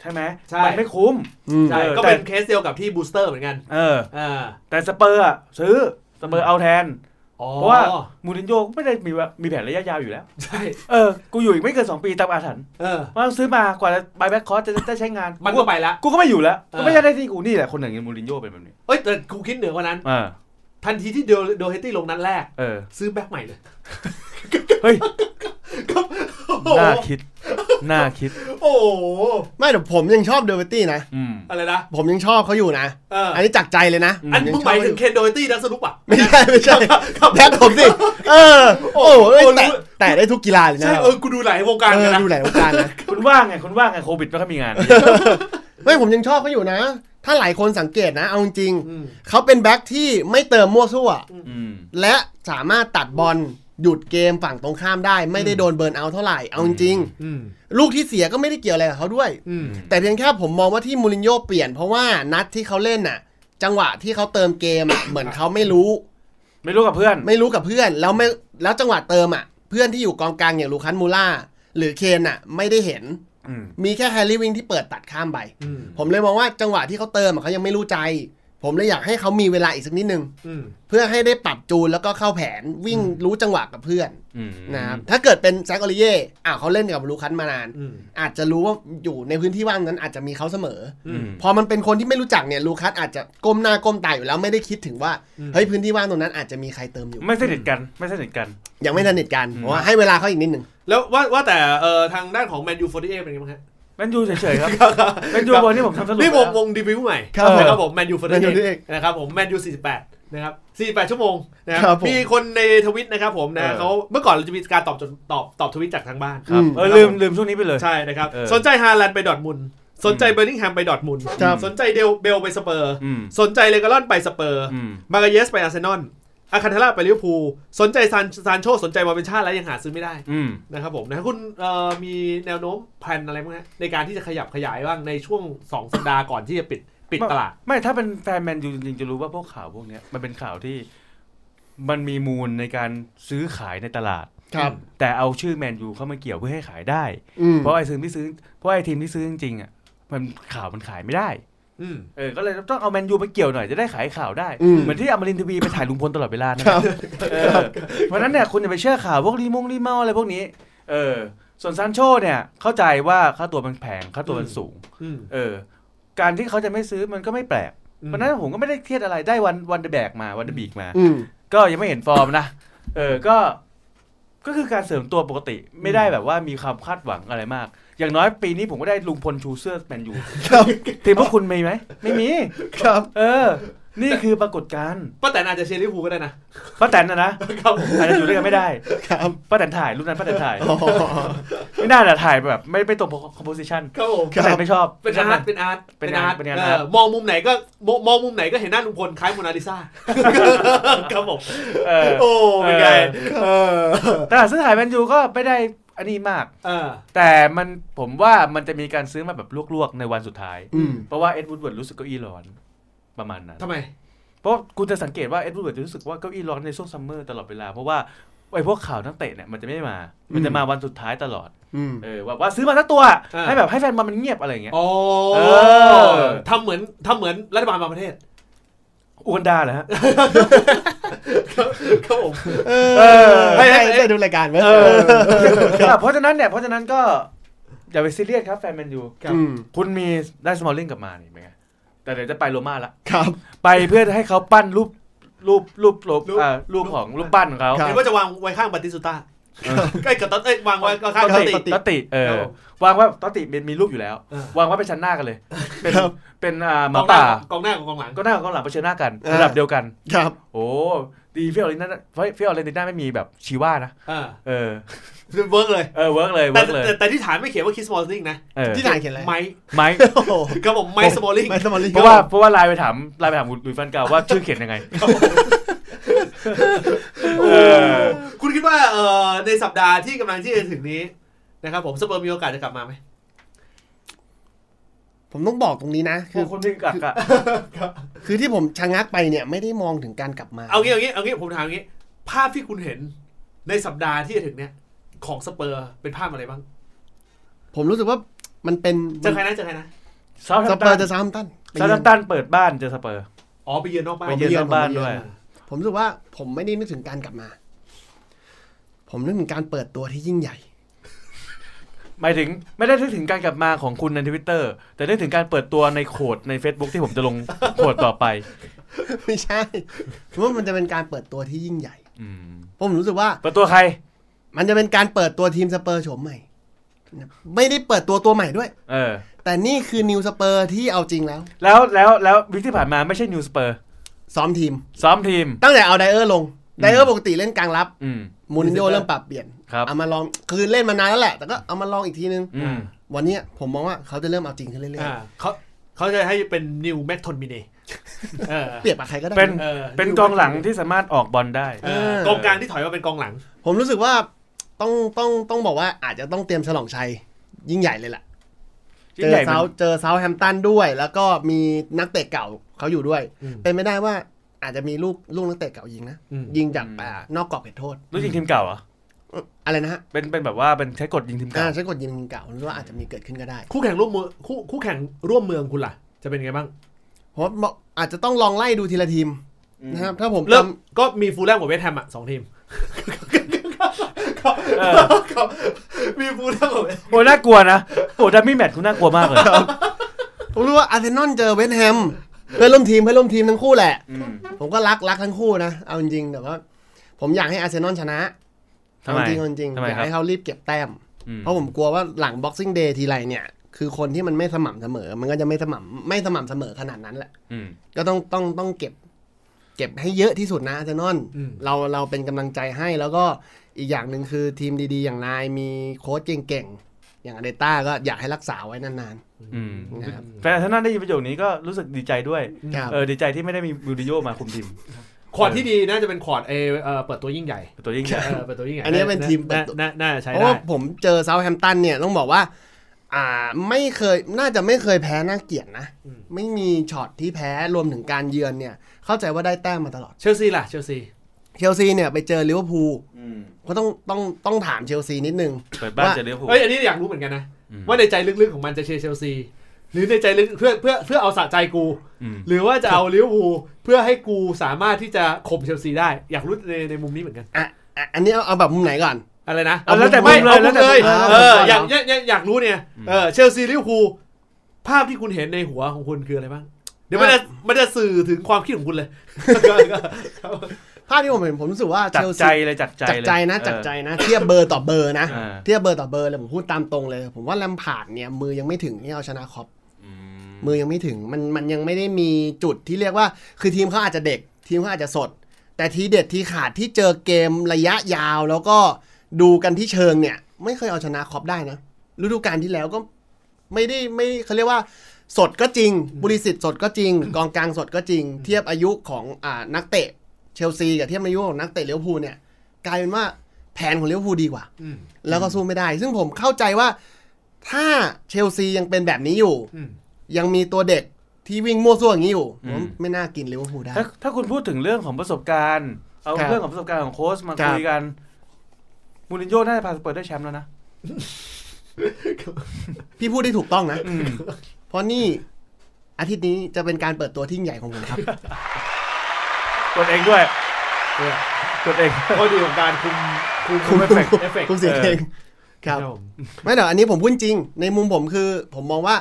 [SPEAKER 2] ใช่ไหม
[SPEAKER 1] ใช่
[SPEAKER 2] มันไม่คุ้ม
[SPEAKER 3] อืม
[SPEAKER 1] ใช่
[SPEAKER 2] เออ
[SPEAKER 1] ก็เป็น
[SPEAKER 2] แต่
[SPEAKER 1] เคสเดียวกับที่บูสเตอร์เหมือนกัน
[SPEAKER 2] เออ
[SPEAKER 1] อ่า
[SPEAKER 2] แต่สเปอร์อ่ะซื้อสเปอร์เอาแทน
[SPEAKER 1] อ๋อ
[SPEAKER 2] เพราะว่า มูรินโญ่ไม่ได้มีว่ามีแผนระยะยาวอยู่แล้ว
[SPEAKER 1] ใช่
[SPEAKER 2] เออ กูอยู่อีกไม่เกินสองปีตามอาถรรพ์
[SPEAKER 1] เออ
[SPEAKER 2] ว่าซื้อมากว่าบายแบ็คคอสจะได้ใช้งาน
[SPEAKER 1] มันก็ไปละ
[SPEAKER 2] กูก็ไม่อยู่แล้ว
[SPEAKER 1] เออ
[SPEAKER 2] กูไม่ได้ที่กูนี่แหละคนอย่างเงี้ยมูรินโญ่เป็นแบบนี้
[SPEAKER 1] เอ้ยแต่กูคิดเหนือกว่านั้น
[SPEAKER 2] อ่า
[SPEAKER 1] ทันทีที่โดโดเฮตตี้ลงนัดแรก
[SPEAKER 2] เออ
[SPEAKER 1] ซื้อแบ็คใหม่
[SPEAKER 3] [laughs]
[SPEAKER 1] เลย
[SPEAKER 2] เฮ้ย
[SPEAKER 1] โอ้โห
[SPEAKER 2] น่าคิด น่าคิด
[SPEAKER 1] โอ้โห
[SPEAKER 3] ไม่แต่ผมยังชอบเดอร์เวตตี้นะ
[SPEAKER 2] อืม
[SPEAKER 1] อะไรนะ
[SPEAKER 3] ผมยังชอบเขาอยู่นะ
[SPEAKER 1] เออ
[SPEAKER 3] อันนี้จากใจเลยนะ
[SPEAKER 2] อืม
[SPEAKER 1] อันมึงหมายถึงเคนโดเฮตตี้นักสนุกปะ
[SPEAKER 3] ไม่ใช่ไม่ใช่แพ้ผมสิ เออ โอ้โหเอ้ยแต่แต่ได้ทุกกีฬาเลยนะ
[SPEAKER 1] ใช่เออ กูดูหลายวงการ
[SPEAKER 3] เอ
[SPEAKER 1] เลย
[SPEAKER 3] อ
[SPEAKER 1] นะ
[SPEAKER 3] ดูหลายวงการนะ
[SPEAKER 2] คุณว่างไงคุณว่างไงโควิดไม่ค่อยมี
[SPEAKER 1] [laughs]
[SPEAKER 2] งาน
[SPEAKER 3] ไม่ผมยังชอบเขาอยู่นะ ถ้าหลายคนสังเกตนะ เอาจริง
[SPEAKER 1] อืม
[SPEAKER 3] ๆเขาเป็นแบ็คที่ไม่เติมมั่วซั่ว
[SPEAKER 2] อืม
[SPEAKER 3] และสามารถตัดบอล หยุดเกมฝั่งตรงข้ามได้ ไม่ได้โดนเบิร์นเอาท์เท่าไหร่เอาจริง
[SPEAKER 4] อืม
[SPEAKER 3] ๆลูกที่เสียก็ไม่ได้เกี่ยวอะไรกับเขาด้วย
[SPEAKER 4] อืม
[SPEAKER 3] แต่เพียงแค่ผมมองว่าที่มูรินโญ่เปลี่ยนเพราะว่านัดที่เขาเล่นน่ะ จังหวะที่เขาเติมเกม
[SPEAKER 2] [coughs]
[SPEAKER 3] อ่ะ เหมือนเขาไม่รู้
[SPEAKER 2] ไม่รู้กับเพื่อน
[SPEAKER 3] ไม่รู้กับเพื่อนแล้วไม่แล้วจังหวะเติมอ่ะ เพื่อนที่อยู่กองกลางอย่างลูคัสมูล่าหรือเคนอ่ะ ไม่ได้เห็น
[SPEAKER 2] อืม
[SPEAKER 3] มีแค่แฮร์รี่วิงที่เปิดตัดข้ามไป
[SPEAKER 4] อืม
[SPEAKER 3] ผมเลยมองว่าจังหวะที่เขาเติมอะเขายังไม่รู้ใจ ผมเลยอยากให้เขามีเวลาอีกสักนิดนึง
[SPEAKER 4] อืม
[SPEAKER 3] เพื่อให้ได้ปรับจูนแล้วก็เข้าแผนวิ่งรู้จังหวะกับเพื่อน
[SPEAKER 2] อืม
[SPEAKER 3] นะครับถ้าเกิดเป็นแซคอลิเย่อ่าเขาเล่นกับลูคัสมานาน
[SPEAKER 4] อืม
[SPEAKER 3] อาจจะรู้ว่าอยู่ในพื้นที่ว่างนั้นอาจจะมีเขาเสมอ
[SPEAKER 2] อืม
[SPEAKER 3] พอมันเป็นคนที่ไม่รู้จักเนี่ยลูคัสอาจจะก้มหน้าก้มตาอยู่แล้วไม่ได้คิดถึงว่าเฮ้ยพื้นที่ว่างตรงนั้นอาจจะมีใครเติมอยู่
[SPEAKER 2] ไม่สนิทกัน ไม่สนิทกัน
[SPEAKER 3] ยังไม่สนิทกันผมว่าให้เวลาเขาอีกนิดหนึ่ง
[SPEAKER 1] แล้วว่าว่าแต่เอ่อทางด้านของแมนยู48เป็นยังไงบ้างฮะ
[SPEAKER 2] แมนยูเฉยๆครับ แมนยูบอลที่ผมทำสรุป
[SPEAKER 1] นี่วง
[SPEAKER 2] แล้ว
[SPEAKER 1] วงดีวิวใหม่
[SPEAKER 3] ครับผม
[SPEAKER 1] นะครับผมแมนยู
[SPEAKER 3] Man U
[SPEAKER 1] 48นะครับผมแมนยู48นะครับ48 ชั่วโมงนะค
[SPEAKER 3] ครั
[SPEAKER 1] รั
[SPEAKER 3] บบ ผม
[SPEAKER 1] มีคนในทวิตนะครับผม
[SPEAKER 2] เอ
[SPEAKER 1] นะ
[SPEAKER 2] อ
[SPEAKER 1] เขาเมื่อก่อนเราจะมีการตอบจดตอบตอบทวิตจากทางบ้าน
[SPEAKER 3] ครับ
[SPEAKER 2] เออลืมลืมช่วงนี้ไปเลย
[SPEAKER 1] [laughs] ใช่นะครับ
[SPEAKER 2] เออ
[SPEAKER 1] สนใจฮาลันด์ไปดอร์ทมุนด์สนใจเบอร์นิงแฮมไปดอร์ทมุนด์
[SPEAKER 3] ครับ
[SPEAKER 1] สนใจเดลเบลไปสเปอร์
[SPEAKER 2] อืม
[SPEAKER 1] สนใจเลกาลอนไปสเปอร์
[SPEAKER 2] อืม
[SPEAKER 1] มาเกเยสไปอาร์เซนอล อาคันเทล่าไปลิเวอร์พูล สนใจซานซานโช สนใจมาเป็นชาติแล้วยังหาซื้อไม่ได้
[SPEAKER 2] อืม
[SPEAKER 1] นะครับผมนะคุณเอ่อมีแนวโน้มแผนอะไรบ้างฮะในการที่จะขยับขยายบ้างในช่วง 2 สัปดาห์ก่อนที่จะปิดปิดตลาด
[SPEAKER 2] ไม่ถ้าเป็นแฟนแมนยูจริงๆจะรู้ว่าพวกข่าวพวกเนี้ยมันเป็นข่าวที่มันมีมูลในการซื้อขายในตลาด
[SPEAKER 3] ครับ
[SPEAKER 2] แต่เอาชื่อแมนยูเข้ามาเกี่ยวเพื่อให้ขายได้
[SPEAKER 3] อืม
[SPEAKER 2] เพราะไอ้ซื้อที่ซื้อเพราะไอ้ทีมที่ซื้อจริงๆอ่ะมันข่าวมันขายไม่ได้
[SPEAKER 1] อืม
[SPEAKER 2] เออก็เลยต้องเอาแมนยูมาเกี่ยวหน่อยจะได้ขายข่าวได้
[SPEAKER 3] อืม
[SPEAKER 2] เหมือนที่อมรินทร์ทีวีไปถ่ายลุงพลตลอดเวลานะครับ เออเพราะฉะนั้นเนี่ยคุณอย่าไปเชื่อข่าวพวกรีมงรีเมาอะไรพวกนี้ เออ ส่วนซานโชเนี่ยเข้าใจว่าค่าตัวมันแพงค่าตัวมันสูง
[SPEAKER 1] อืม
[SPEAKER 2] เออ การที่เขาจะไม่ซื้อมันก็ไม่แปลก
[SPEAKER 1] อืม
[SPEAKER 2] เพราะฉะนั้นผมก็ไม่ได้เครียดอะไรได้วันวันเดแบกมาวันเดบีกมา
[SPEAKER 3] อืม
[SPEAKER 2] ก็ยังไม่เห็นฟอร์มนะ เออ ก็ ก็คือการเสริมตัวปกติไม่ได้แบบว่ามีความคาดหวังอะไรมาก อย่างน้อยปีนี้ผมก็ได้ลุงพลชูเสื้อแมนยู
[SPEAKER 3] ครับ
[SPEAKER 2] ทีมพวกคุณมีไหม ไม่มี
[SPEAKER 3] ครับ
[SPEAKER 2] เออ นี่คือปรากฏการณ์
[SPEAKER 1] ป้าแตนอาจจะเชียร์ลิเวอร์พูลก็ได้นะ
[SPEAKER 2] ป้าแตนนะนะอาจจะอยู่ด้วยกันไม่ได้
[SPEAKER 3] ครับ
[SPEAKER 2] ป้าแตนถ่ายรูปนั้นป้าแตนถ่าย
[SPEAKER 3] อ๋อ
[SPEAKER 2] ไม่น่าจะถ่ายแบบ ไม่ไม่ตรงคอมโพสิชัน
[SPEAKER 1] ครับผม
[SPEAKER 3] ครับ
[SPEAKER 2] ป้าแตนไม่ชอบ
[SPEAKER 1] เป็นอาร์ต เป็นอาร์ต
[SPEAKER 2] เป็นอาร์ตเป็นงานอาร์ต
[SPEAKER 1] เออมองมุมไหนก็มองมองมุมไหนก็เห็นหน้าลุงพลคล้ายโมนาลิซา ครับผม
[SPEAKER 2] เออ
[SPEAKER 1] โอ้เป็นไง
[SPEAKER 3] เออ
[SPEAKER 2] ตลาดซื้อขายแมนยูก็ไม่ได้อันนี้มาก
[SPEAKER 1] เออ
[SPEAKER 2] แต่มันผมว่ามันจะมีการซื้อมาแบบลวกๆ ในวันสุดท้าย
[SPEAKER 3] อืม
[SPEAKER 2] เพราะว่าเอ็ดวูดเวิร์ดรู้สึกเก้าอี้ร้อนประมาณนั้น
[SPEAKER 1] ทำไม
[SPEAKER 2] เพราะคุณจะสังเกตว่าเอ็ดวูดเวิร์ดจะรู้สึกว่าเก้าอี้ร้อนในช่วงซัมเมอร์ตลอดเวลา เพราะว่าไอ้พวกข่าวนักเตะเนี่ยมันจะไม่มา มันจะมาวันสุดท้ายตลอด
[SPEAKER 3] อืม
[SPEAKER 2] เออว่าว่าซื้อมาสักตัว
[SPEAKER 1] อ่า
[SPEAKER 2] ให้แบบให้แฟนบอลมันเงียบอะไรอย่างเงี้ย
[SPEAKER 1] โอ้
[SPEAKER 2] เออ
[SPEAKER 1] ทำเหมือนทำเหมือนรัฐบาลบางประเทศ
[SPEAKER 2] อูกันดาเหรอฮะ
[SPEAKER 1] ครับผม
[SPEAKER 3] เอ
[SPEAKER 2] เออ
[SPEAKER 3] อให้ให้ได้ดูรายการไหม
[SPEAKER 2] เออเพราะฉะนั้นเนี่ยเพราะฉะนั้นก็อย่าไปซีเรียสครับแฟนแมนยู
[SPEAKER 3] อืม
[SPEAKER 2] คุณมีได้สมอลลิงกลับมานี่เป็นไงแต่เดี๋ยวจะไปโรม่าละ
[SPEAKER 3] ครับ
[SPEAKER 2] ไปเพื่อให้เขาปั้นรูปรูปรูปรูป
[SPEAKER 1] รูป
[SPEAKER 2] อ่ารูปของรูปปั้นของเขา
[SPEAKER 3] ครับ
[SPEAKER 1] เห็นว่าจะวางไว้ข้างบัตติสตุต้าใกล้กับตอนเอ้ยวางไว้ก็ข้าง
[SPEAKER 2] ต
[SPEAKER 1] ต
[SPEAKER 2] ติ
[SPEAKER 1] ติ
[SPEAKER 2] ตติเอ
[SPEAKER 1] ค
[SPEAKER 2] อ
[SPEAKER 1] รับผม
[SPEAKER 2] วางไว่าตติมีมีรูปอยู่แล้ว
[SPEAKER 1] เออ
[SPEAKER 2] วางไว่าไปชั้นหน้ากันเลย เป็น
[SPEAKER 3] ครับ
[SPEAKER 2] เป็นอ่าก ห
[SPEAKER 1] อ
[SPEAKER 2] มาง
[SPEAKER 1] หน้า
[SPEAKER 2] ป่า
[SPEAKER 1] กองหน้ากับกองหลัง
[SPEAKER 2] ก็หน้ากับกองหลังเผชิญหน้ากัน
[SPEAKER 3] เออ
[SPEAKER 2] ระดับเดียวกัน
[SPEAKER 3] ครับ
[SPEAKER 2] โอ้ดีฟิออเรนติน่าฟิออเรนติน่าไม่มีแบบชีว่านะ
[SPEAKER 1] เออ
[SPEAKER 2] เออ
[SPEAKER 1] เวิร์กเลย
[SPEAKER 2] เออเวิร์กเลย
[SPEAKER 1] แต่
[SPEAKER 2] เวิร์กเลย
[SPEAKER 1] แต่แต่ที่ฐานไม่เขียนว่าคิสมอลลิงนะ
[SPEAKER 2] เออ
[SPEAKER 3] ที่ไหนเขียนอะไร
[SPEAKER 1] ไม้
[SPEAKER 2] ไมค์
[SPEAKER 3] โอ้โห
[SPEAKER 1] ครับผมไม้สมอลลิง
[SPEAKER 3] ไม่สมอลลี่
[SPEAKER 2] เพราะว่าเพราะว่าไลน์ไปถามไลน์ไปถามคุณลุยฟันเก่าว่าชื่อเขียนยังไง [laughs] เออ
[SPEAKER 1] คุณคิดว่าเอ่อในสัปดาห์ที่กำลังที่จะถึงนี้นะครับผมสเปอร์มีโอกาสจะกลับมาไหม
[SPEAKER 3] ผมต้องบอกตรงนี้นะ คื
[SPEAKER 2] คือ อคนที่กักอะ
[SPEAKER 3] คือที่ผมชะงักไปเนี่ยไม่ได้มองถึงการกลับมา
[SPEAKER 1] เอางี้เอางี้เอางี้ผมถามอย่างงี้ ภาพที่คุณเห็นในสัปดาห์ที่จะถึงเนี้ยของสเปอร์เป็นภาพอะไรบ้าง
[SPEAKER 3] ผมรู้สึกว่ามันเป็น
[SPEAKER 1] เจอใครนะเจอใครนะ
[SPEAKER 3] สเปอร์จะซ้ำตัน
[SPEAKER 2] ซาตันตันเปิดบ้านเจอสเปอร์
[SPEAKER 1] อ๋อไปเยือนนอกบ้าน
[SPEAKER 2] ไปเยือนนอกบ้านด้วย
[SPEAKER 3] ผมรู้สึกว่าผมไม่ได้นึกถึงการกลับมา ผมนึกถึงการเปิดตัวที่ยิ่งใหญ่ [laughs]
[SPEAKER 2] หมายถึงไม่ได้นึกถึงการกลับมาของคุณในทวิตเตอร์แต่นึกถึงการเปิดตัวในโคดใน Facebook ที่ผมจะลง โคดต่อไป
[SPEAKER 3] ไม่ใช่ผมว่ามันจะเป็นการเปิดตัวที่ยิ่งใหญ่
[SPEAKER 2] อืม
[SPEAKER 3] ผมรู้สึกว่า
[SPEAKER 2] เปิดตัวใคร
[SPEAKER 3] มันจะเป็นการเปิดตัวทีมสเปอร์โฉมใหม่ ไม่ได้เปิดตัวตัวใหม่ด้วย
[SPEAKER 2] เออ
[SPEAKER 3] แต่นี่คือนิวสเปอร์ที่เอาจริงแล้ว
[SPEAKER 2] แล้วแล้วแล้ววิกที่ผ่านมาไม่ใช่นิวสเปอร์
[SPEAKER 3] ซ้อมทีม
[SPEAKER 2] ซ้อมทีม
[SPEAKER 3] ตั้งแต่เอาไดเออร์ลง ไดเออร์ปกติเล่นกลางรับ
[SPEAKER 2] อืม
[SPEAKER 3] มูรินโญ่เริ่มปรับเปลี่ยน
[SPEAKER 2] ครับ
[SPEAKER 3] เอามาลองคือเล่นมานานแล้วแหละ แต่ก็เอามาลองอีกทีนึง
[SPEAKER 2] อืม
[SPEAKER 3] วันเนี้ยผมมองว่าเขาจะเริ่มเอาจริงขึ้นเรื่อย
[SPEAKER 1] อ่าเขาเขาจะให้เป็นนิวแม็กทนมิเน่ เออ
[SPEAKER 3] เปรียบกับใครก็ได้
[SPEAKER 2] เป็น
[SPEAKER 1] เออ
[SPEAKER 2] เป็นกองหลังที่สามารถออกบอลได้
[SPEAKER 1] เออกองกลางที่ถอยมาเป็นกองหลัง
[SPEAKER 3] ผมรู้สึกว่าต้องต้องต้องบอกว่าอาจจะต้องเตรียมฉลองชัย ยิ่งใหญ่เลยล่ะ
[SPEAKER 2] ยิ่
[SPEAKER 3] เจ
[SPEAKER 2] ง
[SPEAKER 3] อ
[SPEAKER 2] ใหญ่มัน
[SPEAKER 3] เซาเจอเซาแฮมตันด้วย แล้วก็มีนักเตะเก่าเขาอยู่ด้วย
[SPEAKER 4] อืม
[SPEAKER 3] เป็นไม่ได้ว่าอาจจะมีลูกลูกนักเตะเก่ายิงนะ
[SPEAKER 4] อืม
[SPEAKER 3] ยิงจาก
[SPEAKER 2] อืม
[SPEAKER 3] อ่านอกกรอบเขตโทษ
[SPEAKER 2] รู้จริงทีมเก่าเหรอ่ะ
[SPEAKER 3] เอ่ออะไรนะฮะ
[SPEAKER 2] เป็นเป็นแบบว่าเป็นใช้กฎยิงทีมเก่า
[SPEAKER 3] อ่าใช้กฎยิงเก่าผมว่าอาจจะมีเกิดขึ้นก็ได้
[SPEAKER 4] คู่แข่งร่วมเมืองคู่คู่แข่งร่วมเมืองคุณล่ะ จะเป็นไงบ้าง
[SPEAKER 3] เพราะว่าอาจจะต้องลองไล่ดูทีละทีมนะครับ ถ้าผม
[SPEAKER 4] เริ่ม
[SPEAKER 3] จำ
[SPEAKER 4] ก็มีฟูลแลมกับเวสต์แฮมอ่ะสองทีม
[SPEAKER 2] เออ
[SPEAKER 1] มีฟูลทั้งหมด
[SPEAKER 2] โอ้ยน่ากลัวนะโอ้ดัมมี่แมตช์คุณน่ากลัวมากเลย
[SPEAKER 3] ผมรู้ว่าอาร์เซนอลเจอเวสต์แฮมเพื่อนร่วมทีมเพื่อนร่วมทีมทั้งคู่แหละ
[SPEAKER 2] อืม
[SPEAKER 3] ผมก็รักรักทั้งคู่นะ เอาจริงๆแต่ว่า ผมอยากให้อาร์เซนอลชนะ
[SPEAKER 2] ทำ
[SPEAKER 3] เอา
[SPEAKER 2] ไม
[SPEAKER 3] จริงๆเอาจริงๆ
[SPEAKER 2] ทำไม
[SPEAKER 3] อยาก
[SPEAKER 2] ครับ
[SPEAKER 3] ให้เขารีบเก็บแต้ม
[SPEAKER 2] อืม
[SPEAKER 3] เพราะผมกลัวว่าหลัง boxing day ทีไรเนี่ย คือคนที่มันไม่สม่ำเสมอ มันก็จะไม่สม่ำไม่สม่ำเสมอขนาดนั้นแหละ
[SPEAKER 2] อืม
[SPEAKER 3] ก็ต้องต้องต้องเก็บ เก็บให้เยอะที่สุดนะอาร์เซนอล
[SPEAKER 4] อืม
[SPEAKER 3] เราเราเป็นกำลังใจให้แล้วก็อีกอย่างหนึ่งคือทีมดีๆ อย่างนายมีโค้ชเก่งๆ อย่างอเดต้าก็อยากให้รักษาไว้นาน
[SPEAKER 2] อืม
[SPEAKER 3] ๆนะครับ
[SPEAKER 2] แฟนอาร์เซนอลได้ยินประโยคนี้ก็รู้สึกดีใจด้วย
[SPEAKER 3] ครับ
[SPEAKER 2] เออดีใจที่ไม่ได้มีมูรินโญ่มาคุมทีม
[SPEAKER 4] คอร์ดที่ดีน่าจะเป็นคอร์ดเอเอ่อเปิดตัวยิ่งใหญ่
[SPEAKER 2] ตัวยิ่งใหญ่
[SPEAKER 4] เออเปิดตัวยิ่งใหญ่
[SPEAKER 3] อันนี้เป็นทีมเปิด
[SPEAKER 4] น่า
[SPEAKER 3] ตัว
[SPEAKER 4] น่าน่าจะใช้
[SPEAKER 3] เพราะ
[SPEAKER 4] ได้
[SPEAKER 3] ว่าผมเจอเซาแฮมป์ตันเนี่ยต้องบอกว่า อ่าไม่เคยน่าจะไม่เคยแพ้น่าเกลียดนะ
[SPEAKER 4] อืม
[SPEAKER 3] ไม่มีช็อตที่แพ้รวมถึงการเยือนเนี่ย เข้าใจว่าได้แต้มมาตลอด
[SPEAKER 4] เชลซีล่ะเชลซี
[SPEAKER 3] เชลซีเนี่ยไปเจอลิเวอร์พูลก็ต้องต้องต้องถามเชลซีนิดนึง
[SPEAKER 2] เปิดบ้าน
[SPEAKER 3] ว่า
[SPEAKER 2] เจะเลี้ยวผูล
[SPEAKER 4] เอ้ยอันนี้อยากรู้เหมือนกันนะ
[SPEAKER 2] อืม
[SPEAKER 4] ว่าในใจลึกๆของมันจะเชียร์เชลซี หรือในใจลึกเพื่อเพื่อเพื่อเอาสะใจกู
[SPEAKER 2] อืม
[SPEAKER 4] หรือว่าจะเอาลิเวอร์พูลเพื่อให้กูสามารถที่จะข่มเชลซีได้อยากรู้ในในมุมนี้เหมือนกัน
[SPEAKER 3] อ่ะอ่ะอันนี้เอาเอาแบบมุมไหนก่อน
[SPEAKER 4] อะไรนะ
[SPEAKER 2] เอาแล้วแต่
[SPEAKER 4] ไม่
[SPEAKER 2] มุมเล
[SPEAKER 4] เอา
[SPEAKER 2] ยแล้วแต่
[SPEAKER 4] เลย
[SPEAKER 2] มุมเลย
[SPEAKER 4] เออ
[SPEAKER 3] เอาผมก่อน
[SPEAKER 4] อยาก
[SPEAKER 3] เห
[SPEAKER 4] อ
[SPEAKER 3] รอ
[SPEAKER 4] ยากอยากอยากรู้เนี่ยเออเชลซีลิเวอร์พูลภาพที่คุณเห็นในหัวของคุณคืออะไรบ้างเดี๋ยวมันจะมันจะสื่อถึงความคิดของคุณเลย
[SPEAKER 3] ภาพที่ผมเห็นผมรู้สึกว่า
[SPEAKER 2] จั
[SPEAKER 3] เช
[SPEAKER 2] ก
[SPEAKER 3] ล
[SPEAKER 2] ใจ
[SPEAKER 3] ซี
[SPEAKER 2] เลยจักใจ
[SPEAKER 3] จาก
[SPEAKER 2] เลย
[SPEAKER 3] ใจนะ
[SPEAKER 2] เออ
[SPEAKER 3] จากใจนะ เทียบเบอร์ต่อเบอร์นะ
[SPEAKER 2] อ่า
[SPEAKER 3] เทียบเบอร์ต่อเบอร์เลยผมพูดตามตรงเลย ผมว่าแลมพาร์ดเนี่ยมือยังไม่ถึงที่เอาชนะครอป
[SPEAKER 2] อืม
[SPEAKER 3] มือยังไม่ถึงมันมันยังไม่ได้มีจุดที่เรียกว่า คือทีมเขาอาจจะเด็ก ทีมเขาอาจจะสด แต่ทีเด็ดทีขาดที่เจอเกมระยะยาวแล้วก็ดูกันที่เชิงเนี่ย ไม่เคยเอาชนะครอปได้นะฤดูกาลที่แล้วก็ไม่ได้ไม่เขาเรียกว่า สดก็จริง บุริสิทธิ์สดก็จริง กองกลางสดก็จริง เทียบอายุของอ่านักเตะเชลซีกับเทียบอายุของนักเตะเลี้ยวภูลเนี่ย กลายเป็นว่าแผนของเลี้ยวภูลดีกว่า
[SPEAKER 4] อืม
[SPEAKER 3] แล้วก็สู้ไม่ได้ ซึ่งผมเข้าใจว่าถ้าเชลซียังเป็นแบบนี้อยู่
[SPEAKER 4] อืม
[SPEAKER 3] ยังมีตัวเด็กที่วิ่งมั่วซั่วอย่างนี้อยู่
[SPEAKER 2] อื
[SPEAKER 3] ผม มไม่น่ากินลิเวอร์พูลได้
[SPEAKER 2] ถ้าถ้าคุณพูดถึงเรื่องของประสบการณ์ เอา
[SPEAKER 3] ครับ
[SPEAKER 2] เรื่องของประสบการณ์ของโค้ชมา
[SPEAKER 3] ครับ
[SPEAKER 2] คุยกันมูรินโญ่น่าจะพาสเปอร์ได้แชมป์แล้วนะ
[SPEAKER 3] พี่พูดได้ถูกต้องนะ
[SPEAKER 2] อืม
[SPEAKER 3] เพราะนี่อาทิตย์นี้จะเป็นการเปิดตัวที่ยิ่งใหญ่ของผมครับ
[SPEAKER 2] กดเองด้วย
[SPEAKER 4] เออ
[SPEAKER 2] กดเอง
[SPEAKER 4] ข้อดีของการคุมคุม
[SPEAKER 2] คุม effect
[SPEAKER 4] เอฟเฟกต์
[SPEAKER 3] คุณเสียง
[SPEAKER 2] เออ
[SPEAKER 3] เองครับ ไม่แต่อันนี้ผมพูดจริง ในมุมผมคือ ผมมองว่า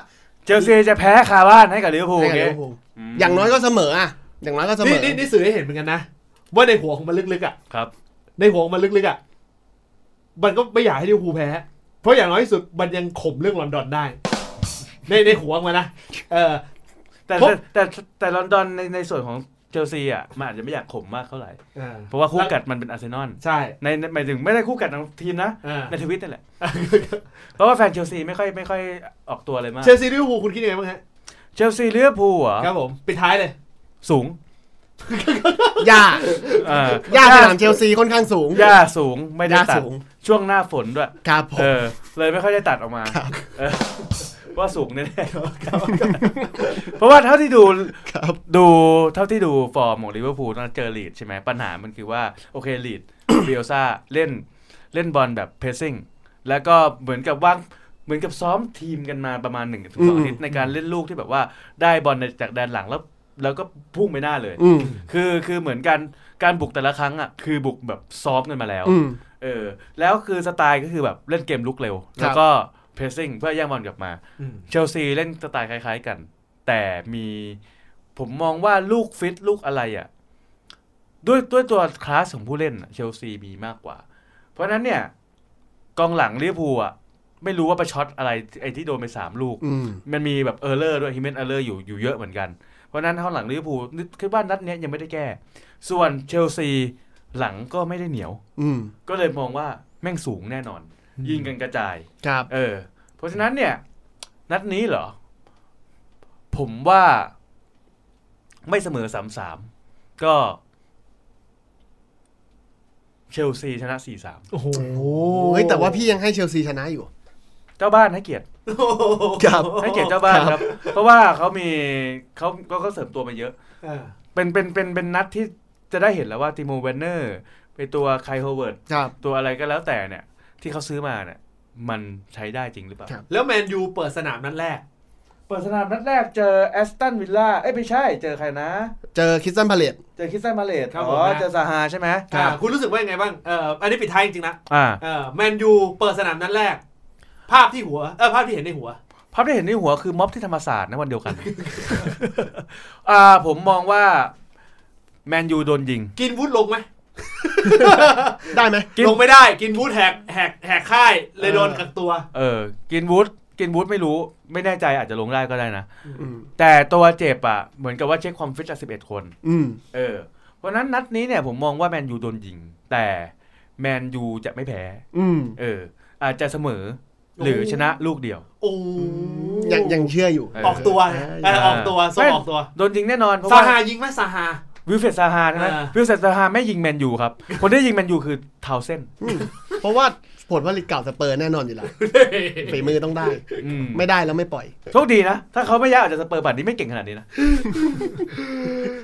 [SPEAKER 2] เชลซีจะแพ้คาบ้านให้กับลิเวอร์พูล
[SPEAKER 3] ให้กับ
[SPEAKER 2] โอเค
[SPEAKER 3] ลิเวอร์พูลอย่างน้อยก็เสมออะอย่างน้อยก็เสม
[SPEAKER 4] นี่
[SPEAKER 3] อ
[SPEAKER 4] นี่นี่สื่อให้เห็นเหมือนกันนะ ว่าในหัวของมันลึกๆอ่ะ
[SPEAKER 2] ครับ
[SPEAKER 4] ในหัวของมันลึกๆอ่ะ มันก็ไม่อยากให้ลิเวอร์พูลแพ้ เพราะอย่างน้อยที่สุดมันยังข่มเรื่องลอนดอนได้ ในในหัวของมันนะ เออ
[SPEAKER 2] แต่
[SPEAKER 4] ผม
[SPEAKER 2] แต่แต่แต่ลอนดอนในในส่วนของเชลซีอ่ะมันอาจจะไม่อยากขมมากเท่าไหร่
[SPEAKER 4] เออ
[SPEAKER 2] เพราะว่าคู่กัดมันเป็นอาร์เซนอล
[SPEAKER 4] ใช่
[SPEAKER 2] ในในหมายถึงไม่ได้คู่กัดของทีมนะ
[SPEAKER 4] เออ
[SPEAKER 2] ในทวิตนั่นแหละ เพราะว่าแฟนเชลซีไม่ค่อยไม่ค่อยออกตัวอะไรมาก
[SPEAKER 4] เชลซีลิเวอร์พูลคุณคิดยังไงบ้างฮะ
[SPEAKER 2] เชลซีลิเวอร์พูลเหรอ
[SPEAKER 4] ครับผมปิดท้ายเลย
[SPEAKER 2] สูง
[SPEAKER 3] ย่า
[SPEAKER 2] เออย่
[SPEAKER 3] าสนามเชลซีค่อนข้างสูง
[SPEAKER 2] หญ้าสูงไม่ได้
[SPEAKER 3] ย่า
[SPEAKER 2] ตัด
[SPEAKER 3] สูง
[SPEAKER 2] ช่วงหน้าฝนด้วย
[SPEAKER 3] ครับผม
[SPEAKER 2] เออ เลยไม่ค่อยได้ตัดออกมา
[SPEAKER 3] ครับ
[SPEAKER 2] เออว่าสูงแน่ๆเพราะว่าเท่าที่ดู
[SPEAKER 3] ครับ
[SPEAKER 2] ดูเท่าที่ดูฟอร์มของลิเวอร์พูลตอนเจอลีดใช่ไหมปัญหามันคือว่า โอเคลีด [coughs] เบลซ่าเล่นเล่นบอลแบบเพ e ซิ่งแล้วก็เหมือนกับว่างเหมือนกับซ้อมทีมกันมาประมาณหนึ่งถึงสอง
[SPEAKER 3] อืม
[SPEAKER 2] อาทิตย์ในการเล่นลูกที่แบบว่าได้บอลจากแดนหลังแล้ว แล้วก็พุ่งไปหน้าเลย
[SPEAKER 3] อืม
[SPEAKER 2] คือคือเหมือนกันการบุกแต่ละครั้งอ่ะคือบุกแบบซ้อมกันมาแล้ว
[SPEAKER 3] อืม
[SPEAKER 2] เออแล้วคือสไตล์ก็คือแบบเล่นเกมลุกเร็ว
[SPEAKER 3] ครับ
[SPEAKER 2] แล้วก็เพรสซิ่งเพื่อแย่งบอลกลับมา
[SPEAKER 4] อืม
[SPEAKER 2] เชลซีเล่นสไตล์คล้าย ๆกัน แต่มีผมมองว่าลูกฟิตลูกอะไรอะ่ะด้วยด้วยตัวคลาสของผู้เล่นอะเชลซีมีมากกว่า เพราะฉะนั้นเนี่ย กองหลังลิเวอร์พูลอ่ะไม่รู้ว่าไปช็อตอะไรไอ้ที่โดนไปสามลูก
[SPEAKER 3] อืม
[SPEAKER 2] มันมีแบบเออร์เลอร์ด้วยฮิเมนเออร์เลอร์อยู่อยู่เยอะเหมือนกัน เพราะฉะนั้นข้างหลังลิเวอร์พูลนึกคิดว่านัดเนี้ยยังไม่ได้แก้ ส่วนเชลซีหลังก็ไม่ได้เหนียว
[SPEAKER 3] อืม
[SPEAKER 2] ก็เลยมองว่าแม่งสูงแน่นอน ยิงกันกระจาย
[SPEAKER 3] ครับ
[SPEAKER 2] เออ เพราะฉะนั้นเนี่ย นัดนี้เหรอ ผมว่า ไม่เสมอสามสามก็เชลซีชนะสี่สาม
[SPEAKER 4] โอ้โห
[SPEAKER 3] เฮ้ยแต่ว่าพี่ยังให้เชลซีชนะอยู่
[SPEAKER 2] เจ้าบ้านให้เกียรติ
[SPEAKER 3] ครับ
[SPEAKER 2] ให้เกียรติเจ้าบ้านครับ เพราะว่าเขามีเขาก็เขาเสริมตัวมาเยอะ
[SPEAKER 1] เออ
[SPEAKER 2] เป็นเป็นเป็นเป็นนัดที่จะได้เห็นแล้วว่าติโมเวนเนอร์ไปตัวไคลโฮเวิร์ด
[SPEAKER 3] ครับ
[SPEAKER 2] ตัวอะไรก็แล้วแต่เนี่ย ที่เขาซื้อมาเนี่ย มันใช้ได้จริงหรือเปล่า
[SPEAKER 3] ครับ
[SPEAKER 1] แล้วแมนยูเปิดสนามนัดแรก
[SPEAKER 2] เปิดสนามนัดแรกเจอแอสตันวิลล่าเอ้ยไม่ใช่ เจอใครนะ
[SPEAKER 3] เจอคริสตันพาเลต
[SPEAKER 2] เจอคริสตันมาเลต
[SPEAKER 1] ครับ
[SPEAKER 2] อ๋
[SPEAKER 1] ผม
[SPEAKER 2] อ
[SPEAKER 1] นะ
[SPEAKER 2] เจอซาฮาใช่ไหม
[SPEAKER 1] อ่าคุณรู้สึกว่ายังไงบ้างเอออันนี้ปิดท้ายจริงๆนะ
[SPEAKER 2] อ่า
[SPEAKER 1] เออแมนยูเปิดสนามนัดแรก ภาพที่หัวเออภาพที่เห็นในหัว
[SPEAKER 2] ภาพที่เห็นในหัวคือม็อบที่ธรรมศาสตร์นะวันเดียวกัน อ่า ผมมองว่า แมนยูโดนยิง
[SPEAKER 1] กินวุฒลงไหม
[SPEAKER 3] ได้ไหม
[SPEAKER 2] กิน
[SPEAKER 1] ลงไม่ได้กินวุฒแหกแหกแหกค่ายเลยโดน
[SPEAKER 3] เออ
[SPEAKER 1] กักตัว
[SPEAKER 2] เออ กินวูดกินวูดไม่รู้ ไม่แน่ใจอาจจะลงได้ก็ได้นะ
[SPEAKER 3] อืม
[SPEAKER 2] แต่ตัวเจ็บอ่ะ เหมือนกับว่าเช็คความฟิตจากสิบเอ็ดคน
[SPEAKER 3] อืม
[SPEAKER 2] เออ เพราะฉะนั้นนัดนี้เนี่ยผมมองว่าแมนยูโดนยิง แต่แมนยูจะไม่แพ้
[SPEAKER 3] อืม
[SPEAKER 2] เออ อาจจะเสมอ หรือชนะลูกเดียว
[SPEAKER 1] โอ้
[SPEAKER 3] ยังยังเชื่ออยู่
[SPEAKER 2] เออ
[SPEAKER 1] ออกตัวเออออกตัวส่งออกตัว
[SPEAKER 2] โดนยิงแน่นอนเพราะ
[SPEAKER 1] ซา
[SPEAKER 2] ว่า
[SPEAKER 1] ฮายิงไหมซาฮา
[SPEAKER 2] วิลเฟรดซาฮาใช่ไหม
[SPEAKER 1] อ่า
[SPEAKER 2] วิลเฟรดซาฮาไม่ยิงแมนยู [laughs] ครับ คนที่ยิงแมนยูคือเทาวเส้น
[SPEAKER 3] อืมเพราะว่าผลผลิตเก่าสเปอร์แน่นอนอยู่แล้วฝีมือต้องได้
[SPEAKER 2] อืม
[SPEAKER 3] ไม่ได้แล้วไม่ปล่อย
[SPEAKER 2] โชคดีนะ ถ้าเขาไม่ย้ายออกจากสเปอร์บัตนี้ไม่เก่งขนาดนี้นะ [laughs]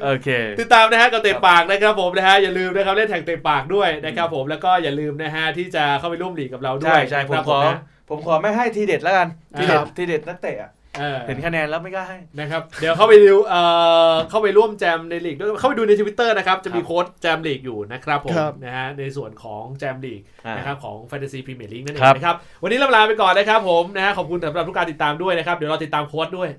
[SPEAKER 2] โอเค
[SPEAKER 1] ติดตามนะฮะกับเตะปากนะครับผมนะฮะอย่าลืมนะครับเล่นแท็กเตะปากด้วยนะครับผมแล้วก็อย่าลืมนะฮะที่จะเข้าไปร่วมหลีกกับเราด้ว
[SPEAKER 2] ใช่
[SPEAKER 1] ย
[SPEAKER 2] ใช่ผม
[SPEAKER 1] นะครับ
[SPEAKER 2] ขอ
[SPEAKER 1] นะ
[SPEAKER 2] ผมขอไม่ให้ทีเด็ดแล้วกัน ทีเด็
[SPEAKER 1] ค
[SPEAKER 2] ด
[SPEAKER 1] รับ
[SPEAKER 2] ทีเด็ดนักเตะอะ
[SPEAKER 1] เออ
[SPEAKER 2] เห็นคะแนนแล้วไม่กล้าให้
[SPEAKER 1] นะครับเดี๋ยวเข้าไปดูเอ่อเข้าไปร่วมแจมในลีกด้วยเข้าไปดูในทวิตเตอร์นะครับ จะมี
[SPEAKER 2] ครับ
[SPEAKER 1] โค้ดแจมลีกอยู่นะครับผม
[SPEAKER 3] ครับ
[SPEAKER 1] นะฮะในส่วนของแจมลีก
[SPEAKER 2] อ่าน
[SPEAKER 1] นะครับของ Fantasy Premier League นั่นเอ
[SPEAKER 2] ครั
[SPEAKER 1] ง
[SPEAKER 2] บ
[SPEAKER 1] นะครับ วันนี้ลำลาไปก่อนนะครับผมนะฮะขอบคุณสำหรับทุกการติดตามด้วยนะครับ เดี๋ยวเราติดตามโค้ดด้วย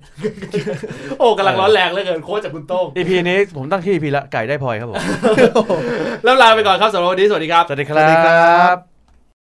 [SPEAKER 1] [laughs] โอ้กำลังร้อนแรงเหลยเกินโค้ดจากคุณโต้ง [laughs]
[SPEAKER 2] อีพีนี้ผมตั้งที่อีพีละไก่ได้พลอยครับผม
[SPEAKER 1] ลำลาไปก่อนครับสำหรับวันนี้สวัสดีครับ
[SPEAKER 2] สวัสดีค
[SPEAKER 3] สวั
[SPEAKER 2] รั
[SPEAKER 3] สดีครับ บ